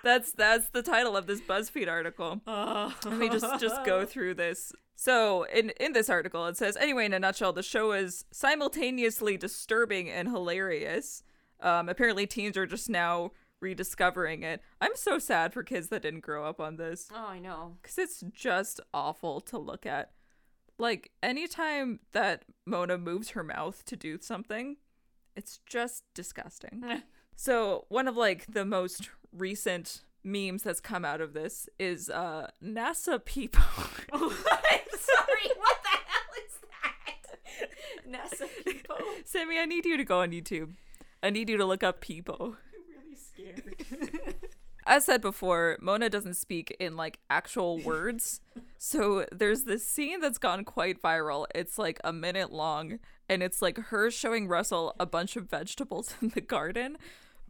that's that's the title of this BuzzFeed article. Uh, Let me just just go through this. So in in this article, it says anyway, in a nutshell, the show is simultaneously disturbing and hilarious. Um, apparently, teens are just now rediscovering it. I'm so sad for kids that didn't grow up on this Oh, I know. because it's just awful to look at. Like, anytime that Mona moves her mouth to do something, it's just disgusting. so, one of like the most recent memes that's come out of this is uh NASA people. sorry, what the hell is that? NASA people. Sammy, I need you to go on YouTube. I need you to look up people. really scared. as said before, Mona doesn't speak in like actual words. so there's this scene that's gone quite viral. It's like a minute long and it's like her showing Russell a bunch of vegetables in the garden,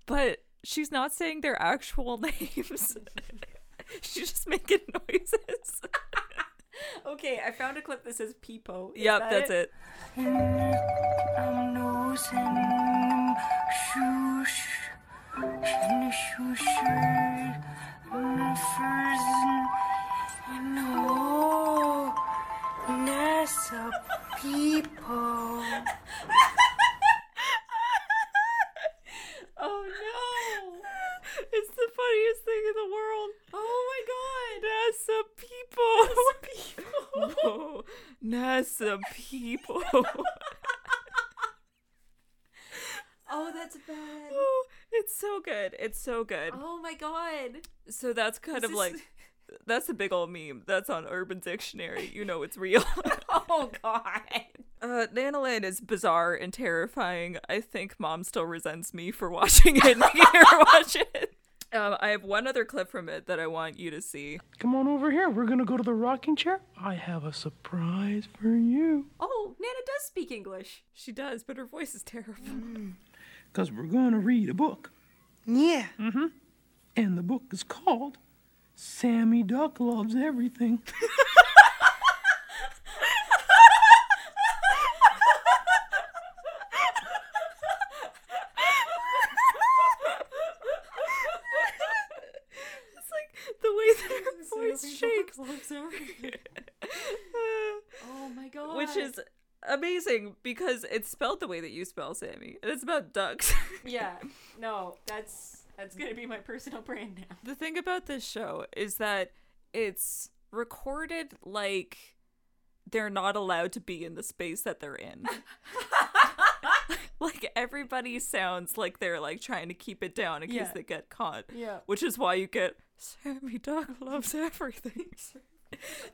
but she's not saying their actual names. she's just making noises. okay, I found a clip that says peepo. Is yep, that that's it. I'm losing them. Shoosh. In a shoosh. In a frozen. In a hole. NASA people. Oh no! It's the funniest thing in the world. Oh my god! NASA people. NASA Oh, NASA people. people. oh, that's bad. Oh, it's so good. It's so good. Oh my god. So that's kind of this- like that's a big old meme. That's on Urban Dictionary. You know it's real. Oh god. uh Nanolin is bizarre and terrifying. I think mom still resents me for watching it and making her watch it. Um, I have one other clip from it that I want you to see. Come on over here. We're gonna go to the rocking chair. I have a surprise for you. Oh, Nana does speak English. She does, but her voice is terrible. Because we're going to read a book. Mm-hmm. Yeah. And the book is called Sammy Duck Loves Everything. it's like the way that her voice shakes. Oh my god. Which is amazing because it's spelled the way that you spell Sammy. And it's about ducks. yeah. No, that's that's gonna be my personal brand now. the thing about this show is that it's recorded like they're not allowed to be in the space that they're in. like everybody sounds like they're like trying to keep it down in case Yeah. they get caught. Yeah. Which is why you get Sammy Duck loves everything.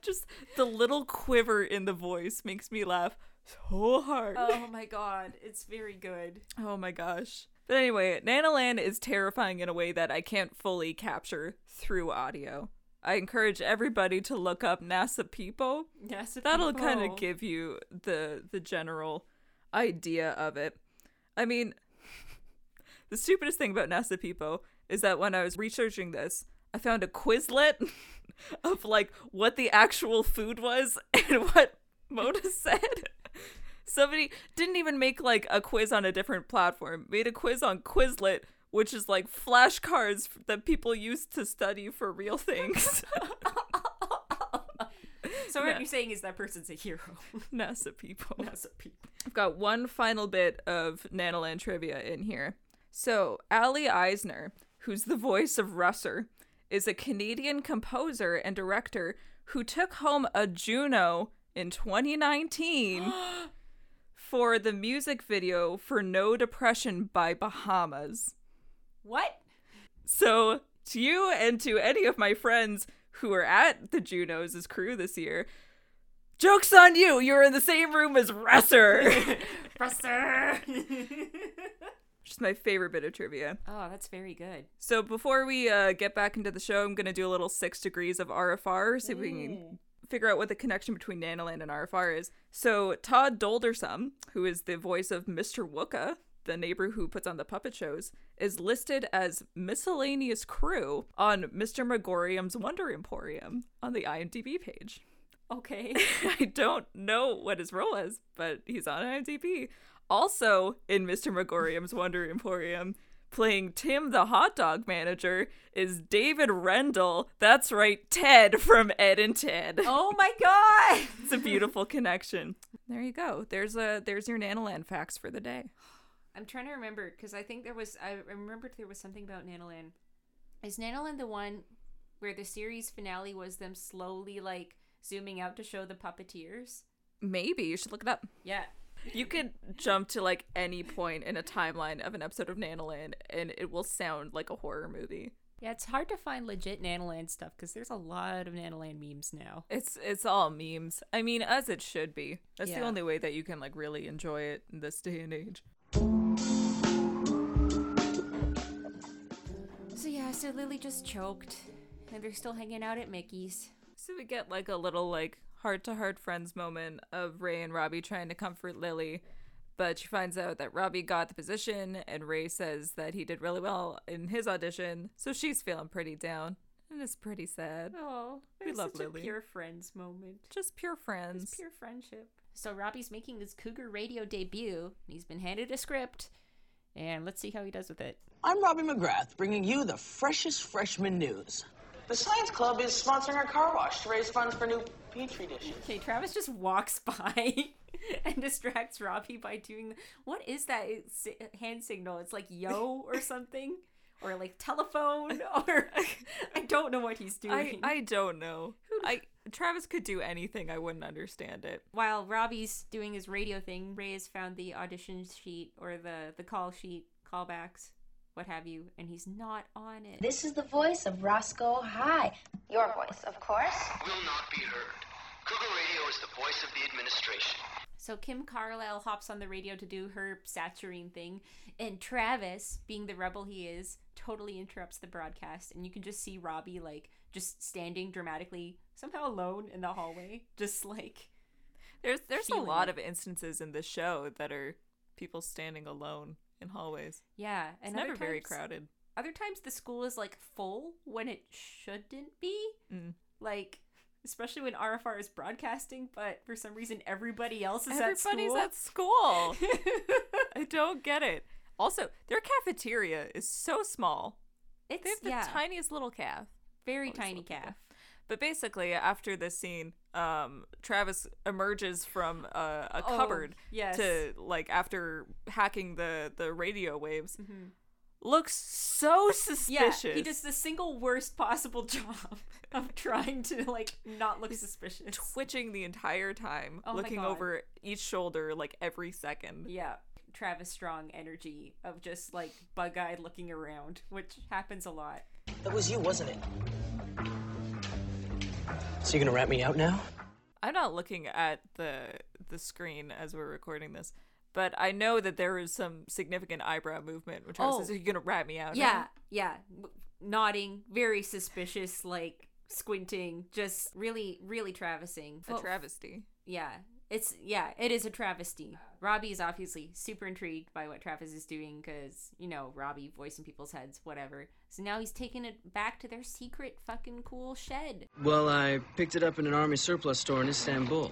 Just the little quiver in the voice makes me laugh so hard. Oh my god, it's very good. Oh my gosh. But anyway, Nanalan is terrifying in a way that I can't fully capture through audio. I encourage everybody to look up NASA people. NASA That'll kind people. of give you the the general idea of it. I mean, the stupidest thing about NASA people is that when I was researching this, I found a Quizlet of like what the actual food was and what Mona said. Somebody didn't even make like a quiz on a different platform, made a quiz on Quizlet which is like flashcards that people use to study for real things. So what you're saying is that person's a hero. NASA people. NASA people. I've got one final bit of Nanoland trivia in here. So Ali Eisner, who's the voice of Russer, is a Canadian composer and director who took home a Juno in 2019 for the music video for No Depression by Bahamas. What? So, to you and to any of my friends who are at the Junos' crew this year, joke's on you! You're in the same room as Russer! Presser. Just my favorite bit of trivia. oh, that's very good. So, before we uh, get back into the show, I'm going to do a little six degrees of RFR, see if we can figure out what the connection between Nanoland and RFR is. So, Todd Doldersum, who is the voice of Mr. Wooka, the neighbor who puts on the puppet shows, is listed as miscellaneous crew on Mr. Megorium's Wonder Emporium on the IMDb page. Okay. I don't know what his role is, but he's on IMDb. Also, in Mr. Megorium's Wonder Emporium, playing Tim the hot dog manager is David Rendell. That's right, Ted from Ed and Ted. Oh my god. it's a beautiful connection. There you go. There's a there's your Nanoland facts for the day. I'm trying to remember because I think there was I remembered there was something about Nanoland. Is Nanoland the one where the series finale was them slowly like zooming out to show the puppeteers? Maybe you should look it up. Yeah. You could jump to like any point in a timeline of an episode of Nanoland and it will sound like a horror movie. Yeah, it's hard to find legit Nanoland stuff because there's a lot of Nanoland memes now. It's it's all memes. I mean, as it should be. That's the Yeah. only way that you can like really enjoy it in this day and age. So yeah, so Lily just choked, and they're still hanging out at Mickey's. So we get like a little like heart to heart friends moment of Ray and Robbie trying to comfort Lily, but she finds out that Robbie got the position and Ray says that he did really well in his audition, so she's feeling pretty down. And it's pretty sad. Oh, We love Lily. pure friends moment. Just pure friends. It's pure friendship. So Robbie's making his Cougar Radio debut, and he's been handed a script, and let's see how he does with it. I'm Robbie McGrath, bringing you the freshest freshman news. The Science Club is sponsoring our car wash to raise funds for new petri dishes. Okay, Travis just walks by and distracts Robbie by doing what is that it's hand signal? It's like yo or something, or like telephone, or I don't know what he's I, doing. I don't know. I Travis could do anything. I wouldn't understand it. While Robbie's doing his radio thing, Ray has found the audition sheet or the the call sheet, callbacks, what have you, and he's not on it. This is the voice of Roscoe High. Your voice, of course. Will not be heard. Cougar Radio is the voice of the administration. So Kim Carlisle hops on the radio to do her saturnine thing, and Travis, being the rebel he is, totally interrupts the broadcast, and you can just see Robbie like just standing dramatically, somehow alone in the hallway, just like There's there's a feeling lot it. of instances in this show that are people standing alone in hallways. yeah. It's other never very times- crowded. Other times the school is like full when it shouldn't be, Mm. like especially when RFR is broadcasting, but for some reason everybody else is Everybody's at at school. I don't get it. Also, their cafeteria is so small. It's They have the yeah, tiniest little calf. very Always tiny love people. calf. But basically, after this scene, um, Travis emerges from uh, a, a Oh, cupboard yes. to like after hacking the the radio waves. Mhm. Looks so suspicious. Yeah, he does the single worst possible job of trying to like not look suspicious. twitching the entire time, Oh my looking God. over each shoulder like every second. yeah, Travis Strong energy of just like bug-eyed looking around, which happens a lot. That was you, wasn't it? So you're gonna rat me out now? I'm not looking at the the screen as we're recording this, but I know that there is some significant eyebrow movement. Which oh. Oh. says, "Are you gonna rat me out?" Yeah, yeah, w- nodding, very suspicious, like squinting, just really, really travising. a Well, travesty. Yeah. It's yeah, it is a travesty. Robbie is obviously super intrigued by what Travis is doing because you know Robbie voice in people's heads, whatever. So now he's taking it back to their secret fucking cool shed. Well, I picked it up in an army surplus store in Istanbul.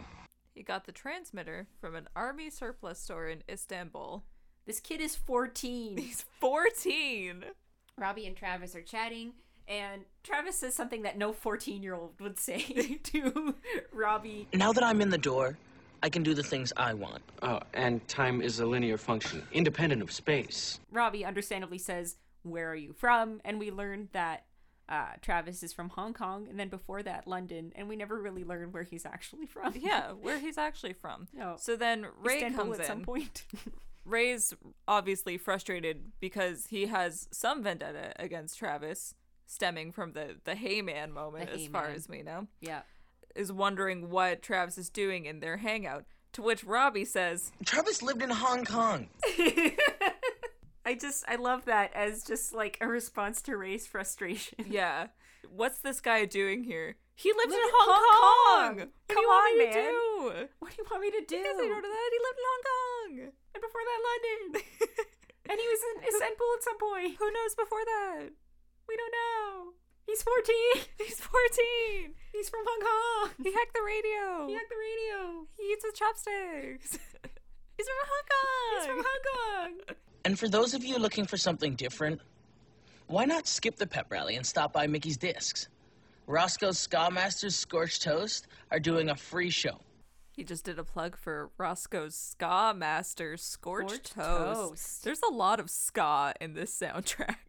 He got the transmitter from an army surplus store in Istanbul. This kid is 14. He's 14. Robbie and Travis are chatting, and Travis says something that no 14 year old would say to Robbie. Now that I'm in the door, I can do the things I want. Oh, and time is a linear function, independent of space. Robbie understandably says, Where are you from? And we learned that uh, Travis is from Hong Kong, and then before that, London, and we never really learn where he's actually from. Yeah, where he's actually from. No. So then Ray Oh. Istanbul comes at in. some point. Ray's obviously frustrated because he has some vendetta against Travis, stemming from the the Heyman moment, The as Hey far Man. as we know. yeah. Is wondering what Travis is doing in their hangout. To which Robbie says, Travis lived in Hong Kong. I just, I love that as just like a response to Ray's frustration. "Yeah, what's this guy doing here? He lives Live in in Hong, Kong. Hong Kong! What do Come you want on, me man. to do? What do you want me to do? You guys ain't heard of that. He lived in Hong Kong, And before that, London. and he was in Istanbul at some point. Who knows before that? We don't know. He's 14. He's 14. He's from Hong Kong. He hacked the radio. He hacked the radio. He eats with chopsticks. He's from Hong Kong. He's from Hong Kong. And for those of you looking for something different, why not skip the pep rally and stop by Mickey's Discs? Roscoe's Ska Masters Scorched Toast are doing a free show. He just did a plug for Roscoe's Ska Master Scorched, Scorched Toast. Toast. There's a lot of ska in this soundtrack.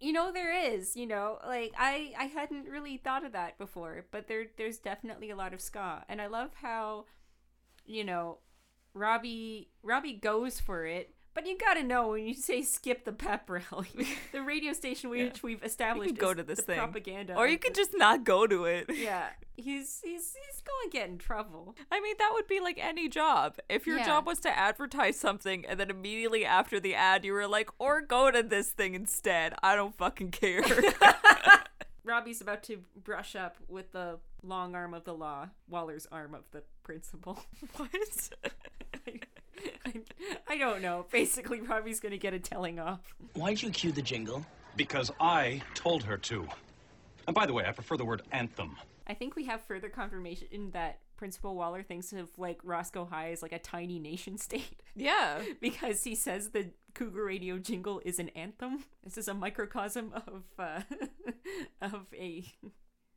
You know there is, you know, like I I hadn't really thought of that before, but there there's definitely a lot of ska. And I love how you know, Robbie Robbie goes for it, but you got to know when you say skip the pep rally. the radio station which we've You can established go is to this the thing. propaganda. Or of you could the- just not go to it. Yeah. He's he's he's going to get in trouble. I mean, that would be like any job. If your Yeah. job was to advertise something and then immediately after the ad you were like, or go to this thing instead, I don't fucking care. Robbie's about to brush up with the long arm of the law, Waller's arm of the principal. what? I, I don't know. Basically, Robbie's going to get a telling off. Why'd you cue the jingle? Because I told her to. And by the way, I prefer the word anthem. I think we have further confirmation that Principal Waller thinks of like Roscoe High as like a tiny nation state Yeah. because he says the Cougar Radio jingle is an anthem. This is a microcosm of uh, of a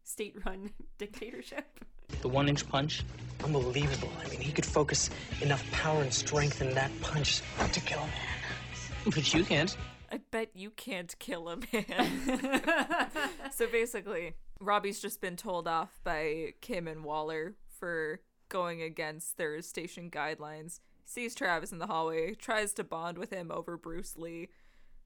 state-run dictatorship. The one inch punch? Unbelievable. I mean, he could focus enough power and strength in that punch to kill a man. But you can't. I bet you can't kill a man. so basically, Robbie's just been told off by Kim and Waller for going against their station guidelines. Sees Travis in the hallway, tries to bond with him over Bruce Lee.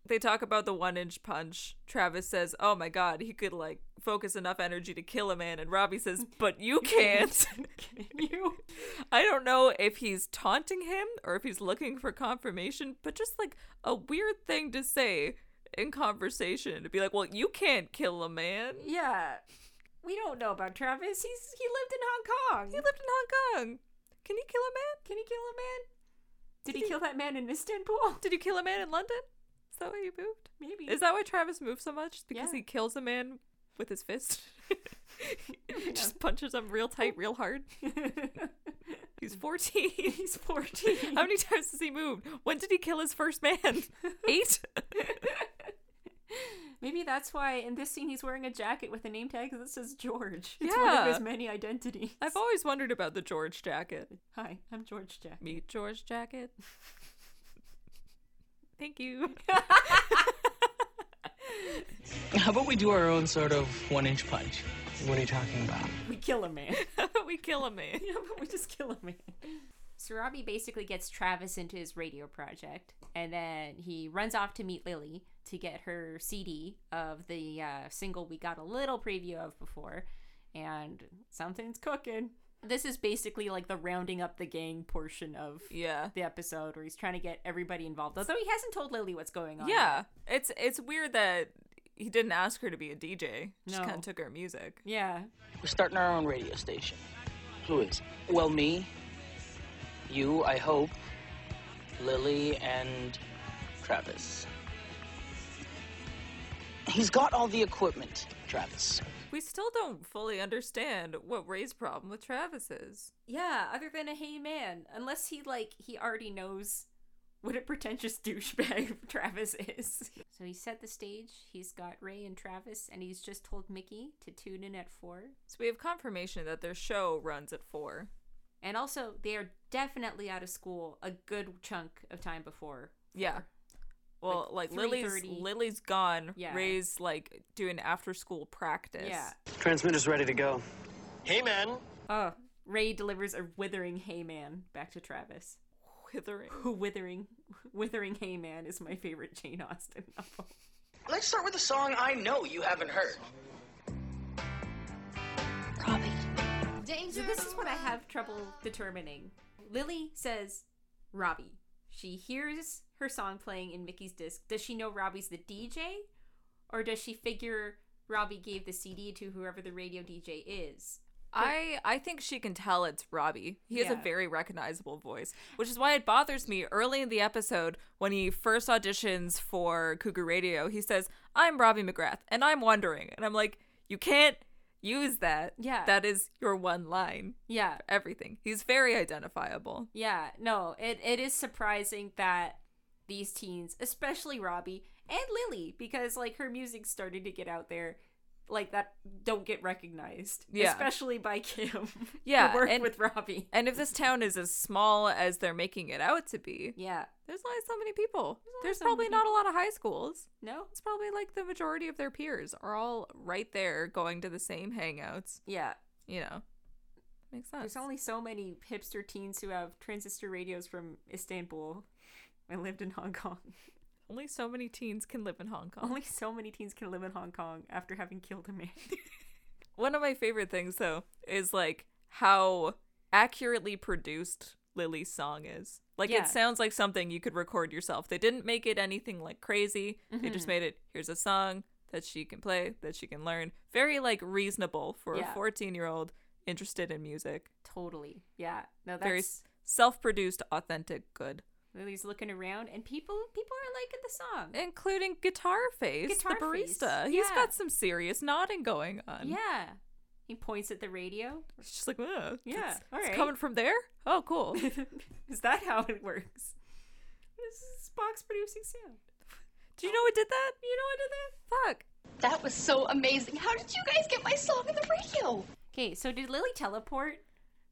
They talk about the one inch punch. Travis says, Oh my god, he could like focus enough energy to kill a man. And Robbie says, But you can't. you. I don't know if he's taunting him or if he's looking for confirmation, but just like a weird thing to say in conversation to be like, well, you can't kill a man. Yeah. We don't know about Travis. He's he lived in Hong Kong. He lived in Hong Kong. Can you kill a man? Can he kill a man? Did he kill that man in Istanbul? Did you kill a man in London? Is that why you moved? Maybe. Is that why Travis moved so much? Because Yeah. he kills a man with his fist. Just punches him real Oh. tight, real hard. He's 14. He's 14. How many times has he moved? When did he kill his first man? Eight? Maybe that's why in this scene he's wearing a jacket with a name tag that says George. It's one of Yeah. his many identities. I've always wondered about the George jacket. Hi, I'm George Jack. Meet George jacket. Thank you. How about we do our own sort of one inch punch? What are you talking about? We kill a man. we kill a man. yeah, but we just kill a man. So Robbie basically gets Travis into his radio project, and then he runs off to meet Lily to get her CD of the uh, single we got a little preview of before, and something's cooking. This is basically like the rounding up the gang portion of Yeah. the episode where he's trying to get everybody involved. Although he hasn't told Lily what's going on. Yeah. It's it's weird that he didn't ask her to be a DJ. Just No. kind of took her music. Yeah. We're starting our own radio station. Who is? Well, me, you, I hope, Lily, and Travis. He's got all the equipment, Travis. We still don't fully understand what Ray's problem with Travis is. Yeah, other than a hey man, unless he like he already knows what a pretentious douchebag Travis is. So he set the stage. He's got Ray and Travis, and he's just told Mickey to tune in at four. So we have confirmation that their show runs at four. And also, they are definitely out of school a good chunk of time before. Yeah. Well, like, Lily's 3:30. Lily's gone. Yeah. Ray's like doing after school practice. Yeah. Transmitter's ready to go. Hey, man. Oh, Ray delivers a withering hey man back to Travis. Withering. Withering. Withering hey man is my favorite Jane Austen novel. Let's start with a song I know you haven't heard. So this is what I have trouble determining. Lily says Robbie. She hears her song playing in Mickey's disc. Does she know Robbie's the DJ? Or does she figure Robbie gave the CD to whoever the radio DJ is? I I think she can tell it's Robbie. He has a Yeah. very recognizable voice, which is why it bothers me early in the episode when he first auditions for Cougar Radio. He says, "I'm Robbie McGrath, and I'm wondering," and I'm like, "You can't use that. Yeah. that is your one line. Yeah. for everything. He's very identifiable. Yeah, no, it, it is surprising that these teens, especially Robbie and Lily, because like her music's starting to get out there, like that don't get recognized. Yeah. Especially by Kim. Yeah, Who worked and- with Robbie. And if this town is as small as they're making it out to be, Yeah. there's only so many people. There's, only so probably many not a lot of high schools. No? It's probably like the majority of their peers are all right there going to the same hangouts. Yeah. You know, makes sense. There's only so many hipster teens who have transistor radios from Istanbul and lived in Hong Kong. Only so many teens can live in Hong Kong. Only so many teens can live in Hong Kong after having killed a man. One of my favorite things, though, is like how accurately produced Lily's song is. Like Yeah. it sounds like something you could record yourself. They didn't make it anything like crazy. They just Mhm. made it. Here's a song that she can play, that she can learn. Very like reasonable for a Yeah. 14 year old interested in music. totally. Yeah. No, Very that's self produced, authentic, good. Lily's looking around and people people are liking the song. Including Guitar Face, Guitar the Face, barista. He's yeah. got some serious nodding going on. Yeah. He points at the radio. It's just like, oh, Yeah, it's- all it's right. coming from there? Oh, cool. Is that how it works? This is Spock's producing sound. Do you know what did that? You know what did that? Fuck. That was so amazing. How did you guys get my song on the radio? Okay, so did Lily teleport?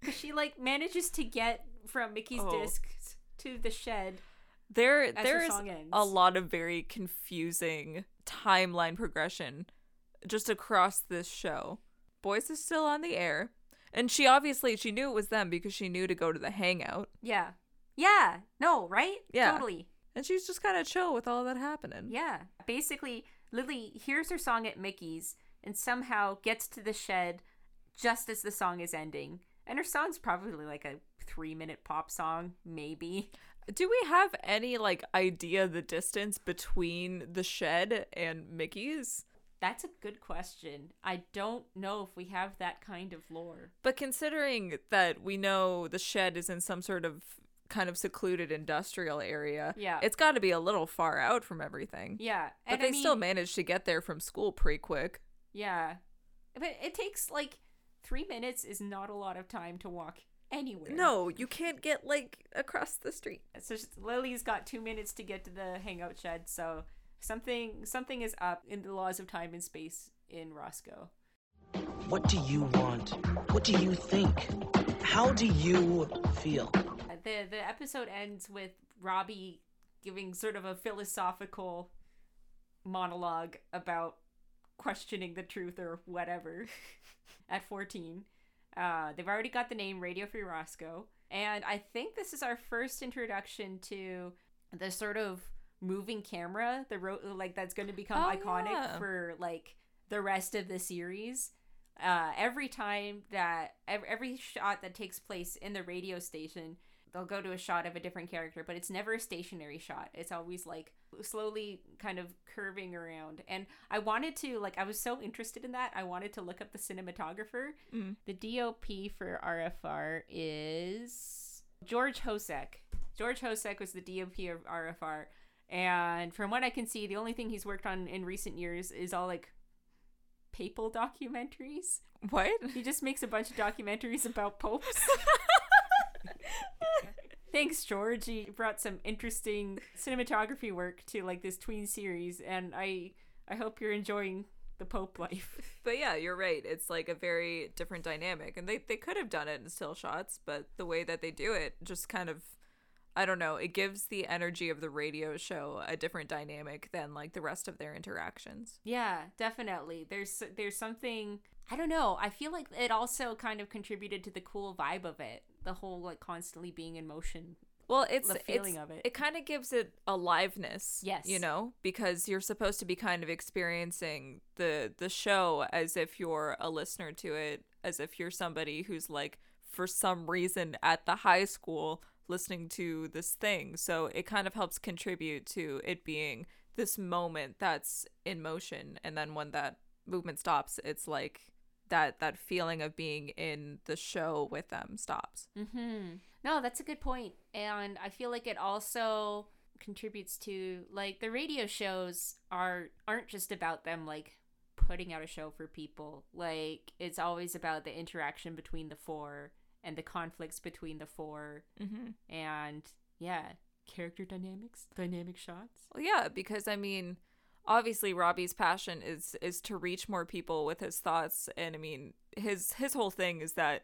Because she like manages to get from Mickey's Oh. disc to the shed. There, as her there is song ends. a lot of very confusing timeline progression just across this show. Boyce is still on the air, and she obviously she knew it was them because she knew to go to the hangout, Yeah. Yeah. No, right? Yeah. Totally. and she's just kind of chill with all that happening. Yeah. Basically, Lily hears her song at Mickey's and somehow gets to the shed just as the song is ending. And her song's probably like a three minute pop song, maybe. Do we have any like idea the distance between the shed and Mickey's? That's a good question. I don't know if we have that kind of lore. But considering that we know the shed is in some sort of kind of secluded industrial area, Yeah. it's got to be a little far out from everything. Yeah. But and they I still mean- managed to get there from school pretty quick. Yeah. But it takes like three minutes is not a lot of time to walk anywhere. No, you can't get like across the street. So she's- Lily's got two minutes to get to the hangout shed, so something something is up in the laws of time and space in Roscoe. What do you want? What do you think? How do you feel? Uh, The the episode ends with Robbie giving sort of a philosophical monologue about questioning the truth or whatever at 14. Uh, they've already got the name Radio Free Roscoe. And I think this is our first introduction to the sort of moving camera, the ro- like that's going to become Oh, iconic yeah. for like the rest of the series. Uh, every time that ev- every shot that takes place in the radio station, they'll go to a shot of a different character, but it's never a stationary shot. It's always like slowly kind of curving around. And I wanted to like I was so interested in that. I wanted to look up the cinematographer. Mm. The DOP for RFR is George Hosek. George Hosek was the DOP of RFR. And from what I can see, the only thing he's worked on in recent years is all like papal documentaries. What? He just makes a bunch of documentaries about popes. Thanks, George. You brought some interesting cinematography work to like this tween series, and I I hope you're enjoying the Pope life. But yeah, you're right. It's like a very different dynamic. And they, they could have done it in still shots, but the way that they do it just kind of I don't know, it gives the energy of the radio show a different dynamic than like the rest of their interactions. Yeah, definitely. There's there's something I don't know. I feel like it also kind of contributed to the cool vibe of it. The whole like constantly being in motion well it's the feeling it's, of it it kind of gives it aliveness Yes. you know because you're supposed to be kind of experiencing the the show as if you're a listener to it as if you're somebody who's like for some reason at the high school listening to this thing so it kind of helps contribute to it being this moment that's in motion and then when that movement stops it's like that that feeling of being in the show with them stops Mm-hmm. No, that's a good point. And I feel like it also contributes to like the radio shows are aren't just about them like putting out a show for people. Like it's always about the interaction between the four and the conflicts between the 4 Mhm. And yeah, character dynamics, dynamic shots. Well, yeah, because I mean, obviously Robbie's passion is is to reach more people with his thoughts, and I mean his his whole thing is that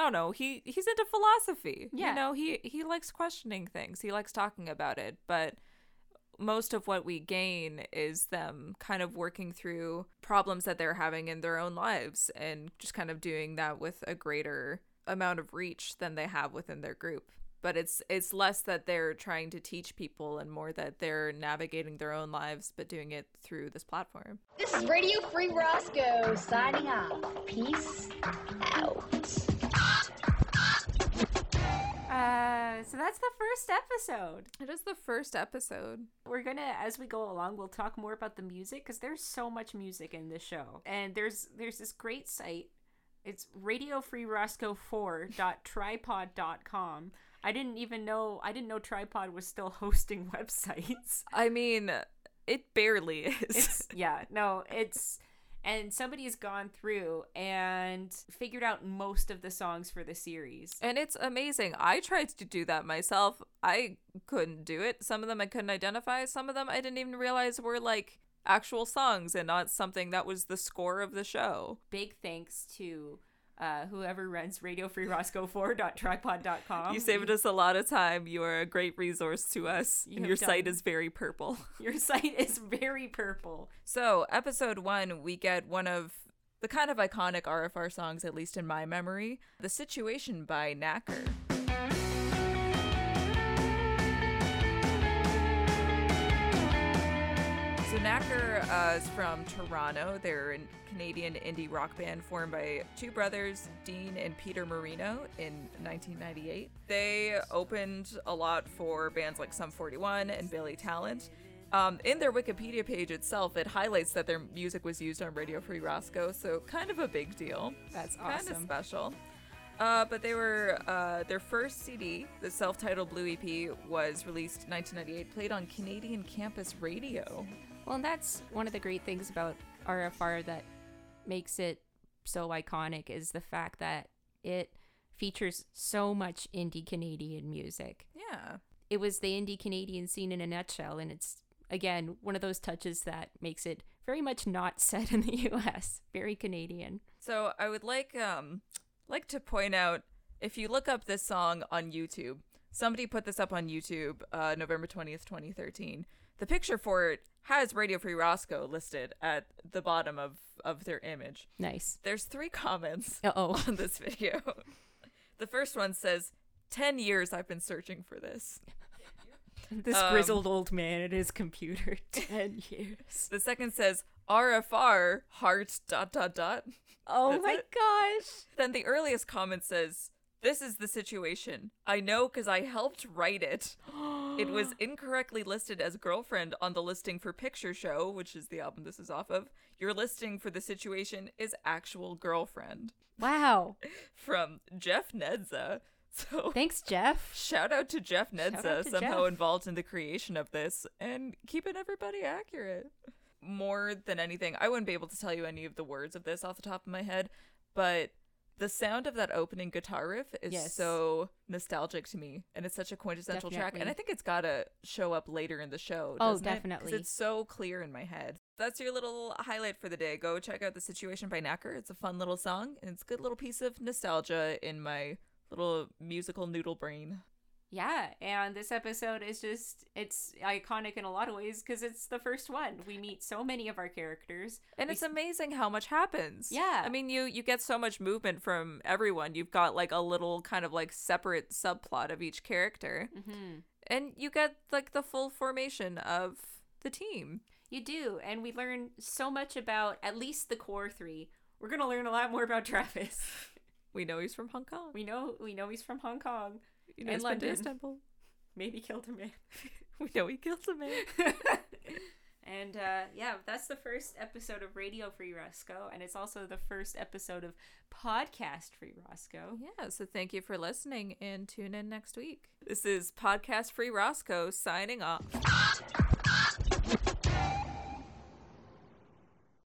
I don't know he he's into philosophy. Yeah. you know he he likes questioning things. He likes talking about it, but most of what we gain is them kind of working through problems that they're having in their own lives and just kind of doing that with a greater amount of reach than they have within their group but it's it's less that they're trying to teach people and more that they're navigating their own lives but doing it through this platform This is Radio Free Roscoe signing off. Peace out. Uh, so that's the first episode. It is the first episode. We're gonna, as we go along, we'll talk more about the music because there's so much music in this show, and there's there's this great site. It's radiofreeroscoe4.tripod.com. I didn't even know I didn't know Tripod was still hosting websites. i mean it barely is yeah, no, it's and somebody has gone through and figured out most of the songs for the series. and it's amazing i tried to do that myself i couldn't do it some of them i couldn't identify some of them i didn't even realize were like actual songs and not something that was the score of the show big thanks to uh, whoever runs Radio Free Roscoe 4.tripod.com. you saved us a lot of time you are a great resource to us You and have your site done- is very purple Your site is very purple. So, episode one, we get one of the kind of iconic RFR songs, at least in my memory The Situation by Knacker. So, Knacker uh, is from Toronto. They're a Canadian indie rock band formed by two brothers, Dean and Peter Marino, in 1998. They opened a lot for bands like Sum 41 and Billy Talent. Um, in their Wikipedia page itself, it highlights that their music was used on Radio Free Roscoe, so kind of a big deal. That's Kind of awesome. special. Uh, but they were uh, their first CD, the self-titled Blue EP, was released in 1998, played on Canadian campus radio. Well, and that's one of the great things about RFR that makes it so iconic is the fact that it features so much indie Canadian music. Yeah. It was the indie Canadian scene in a nutshell, and it's, again, one of those touches that makes it very much not set in the US, very Canadian. So I would like um like to point out if you look up this song on YouTube, somebody put this up on YouTube uh, November 20th, 2013. The picture for it has Radio Free Roscoe listed at the bottom of of their image. Nice. There's three comments Uh-oh. on this video. the first one says, 10 years I've been searching for this. This Um, grizzled old man at his computer. 10 years. The second says, RFR, heart, dot, dot, dot. Oh That's my it. gosh. Then the earliest comment says, This is the situation. I know because I helped write it. it was incorrectly listed as girlfriend on the listing for Picture Show, which is the album this is off of. Your listing for the situation is actual girlfriend Wow. from Jeff Nedza. So Thanks, Jeff. shout out to Jeff out Nedza, to somehow Jeff. involved in the creation of this and keeping everybody accurate. More than anything, I wouldn't be able to tell you any of the words of this off the top of my head, but The sound of that opening guitar riff is Yes. so nostalgic to me, and it's such a quintessential track. And Definitely. I think it's gotta show up later in the show. Oh, doesn't it? 'Cause definitely. it's so clear in my head. That's your little highlight for the day. Go check out the Situation by Knacker. It's a fun little song, and it's a good little piece of nostalgia in my little musical noodle brain. Yeah, and this episode is just it's iconic in a lot of ways because it's the first one. We meet so many of our characters. And We it's amazing how much happens. Yeah. I mean, you you get so much movement from everyone. You've got like a little kind of like separate subplot of each character. Mhm. And you get like the full formation of the team. You do, and we learn so much about at least the core three. We're gonna learn a lot more about Travis. We know he's from Hong Kong. We know we know he's from Hong Kong You know and he's been to London. Istanbul. Maybe killed a man. We know he killed a man. and uh, yeah, that's the first episode of Radio Free Roscoe, and it's also the first episode of Podcast Free Roscoe. yeah, so thank you for listening and tune in next week. This is Podcast Free Roscoe signing off.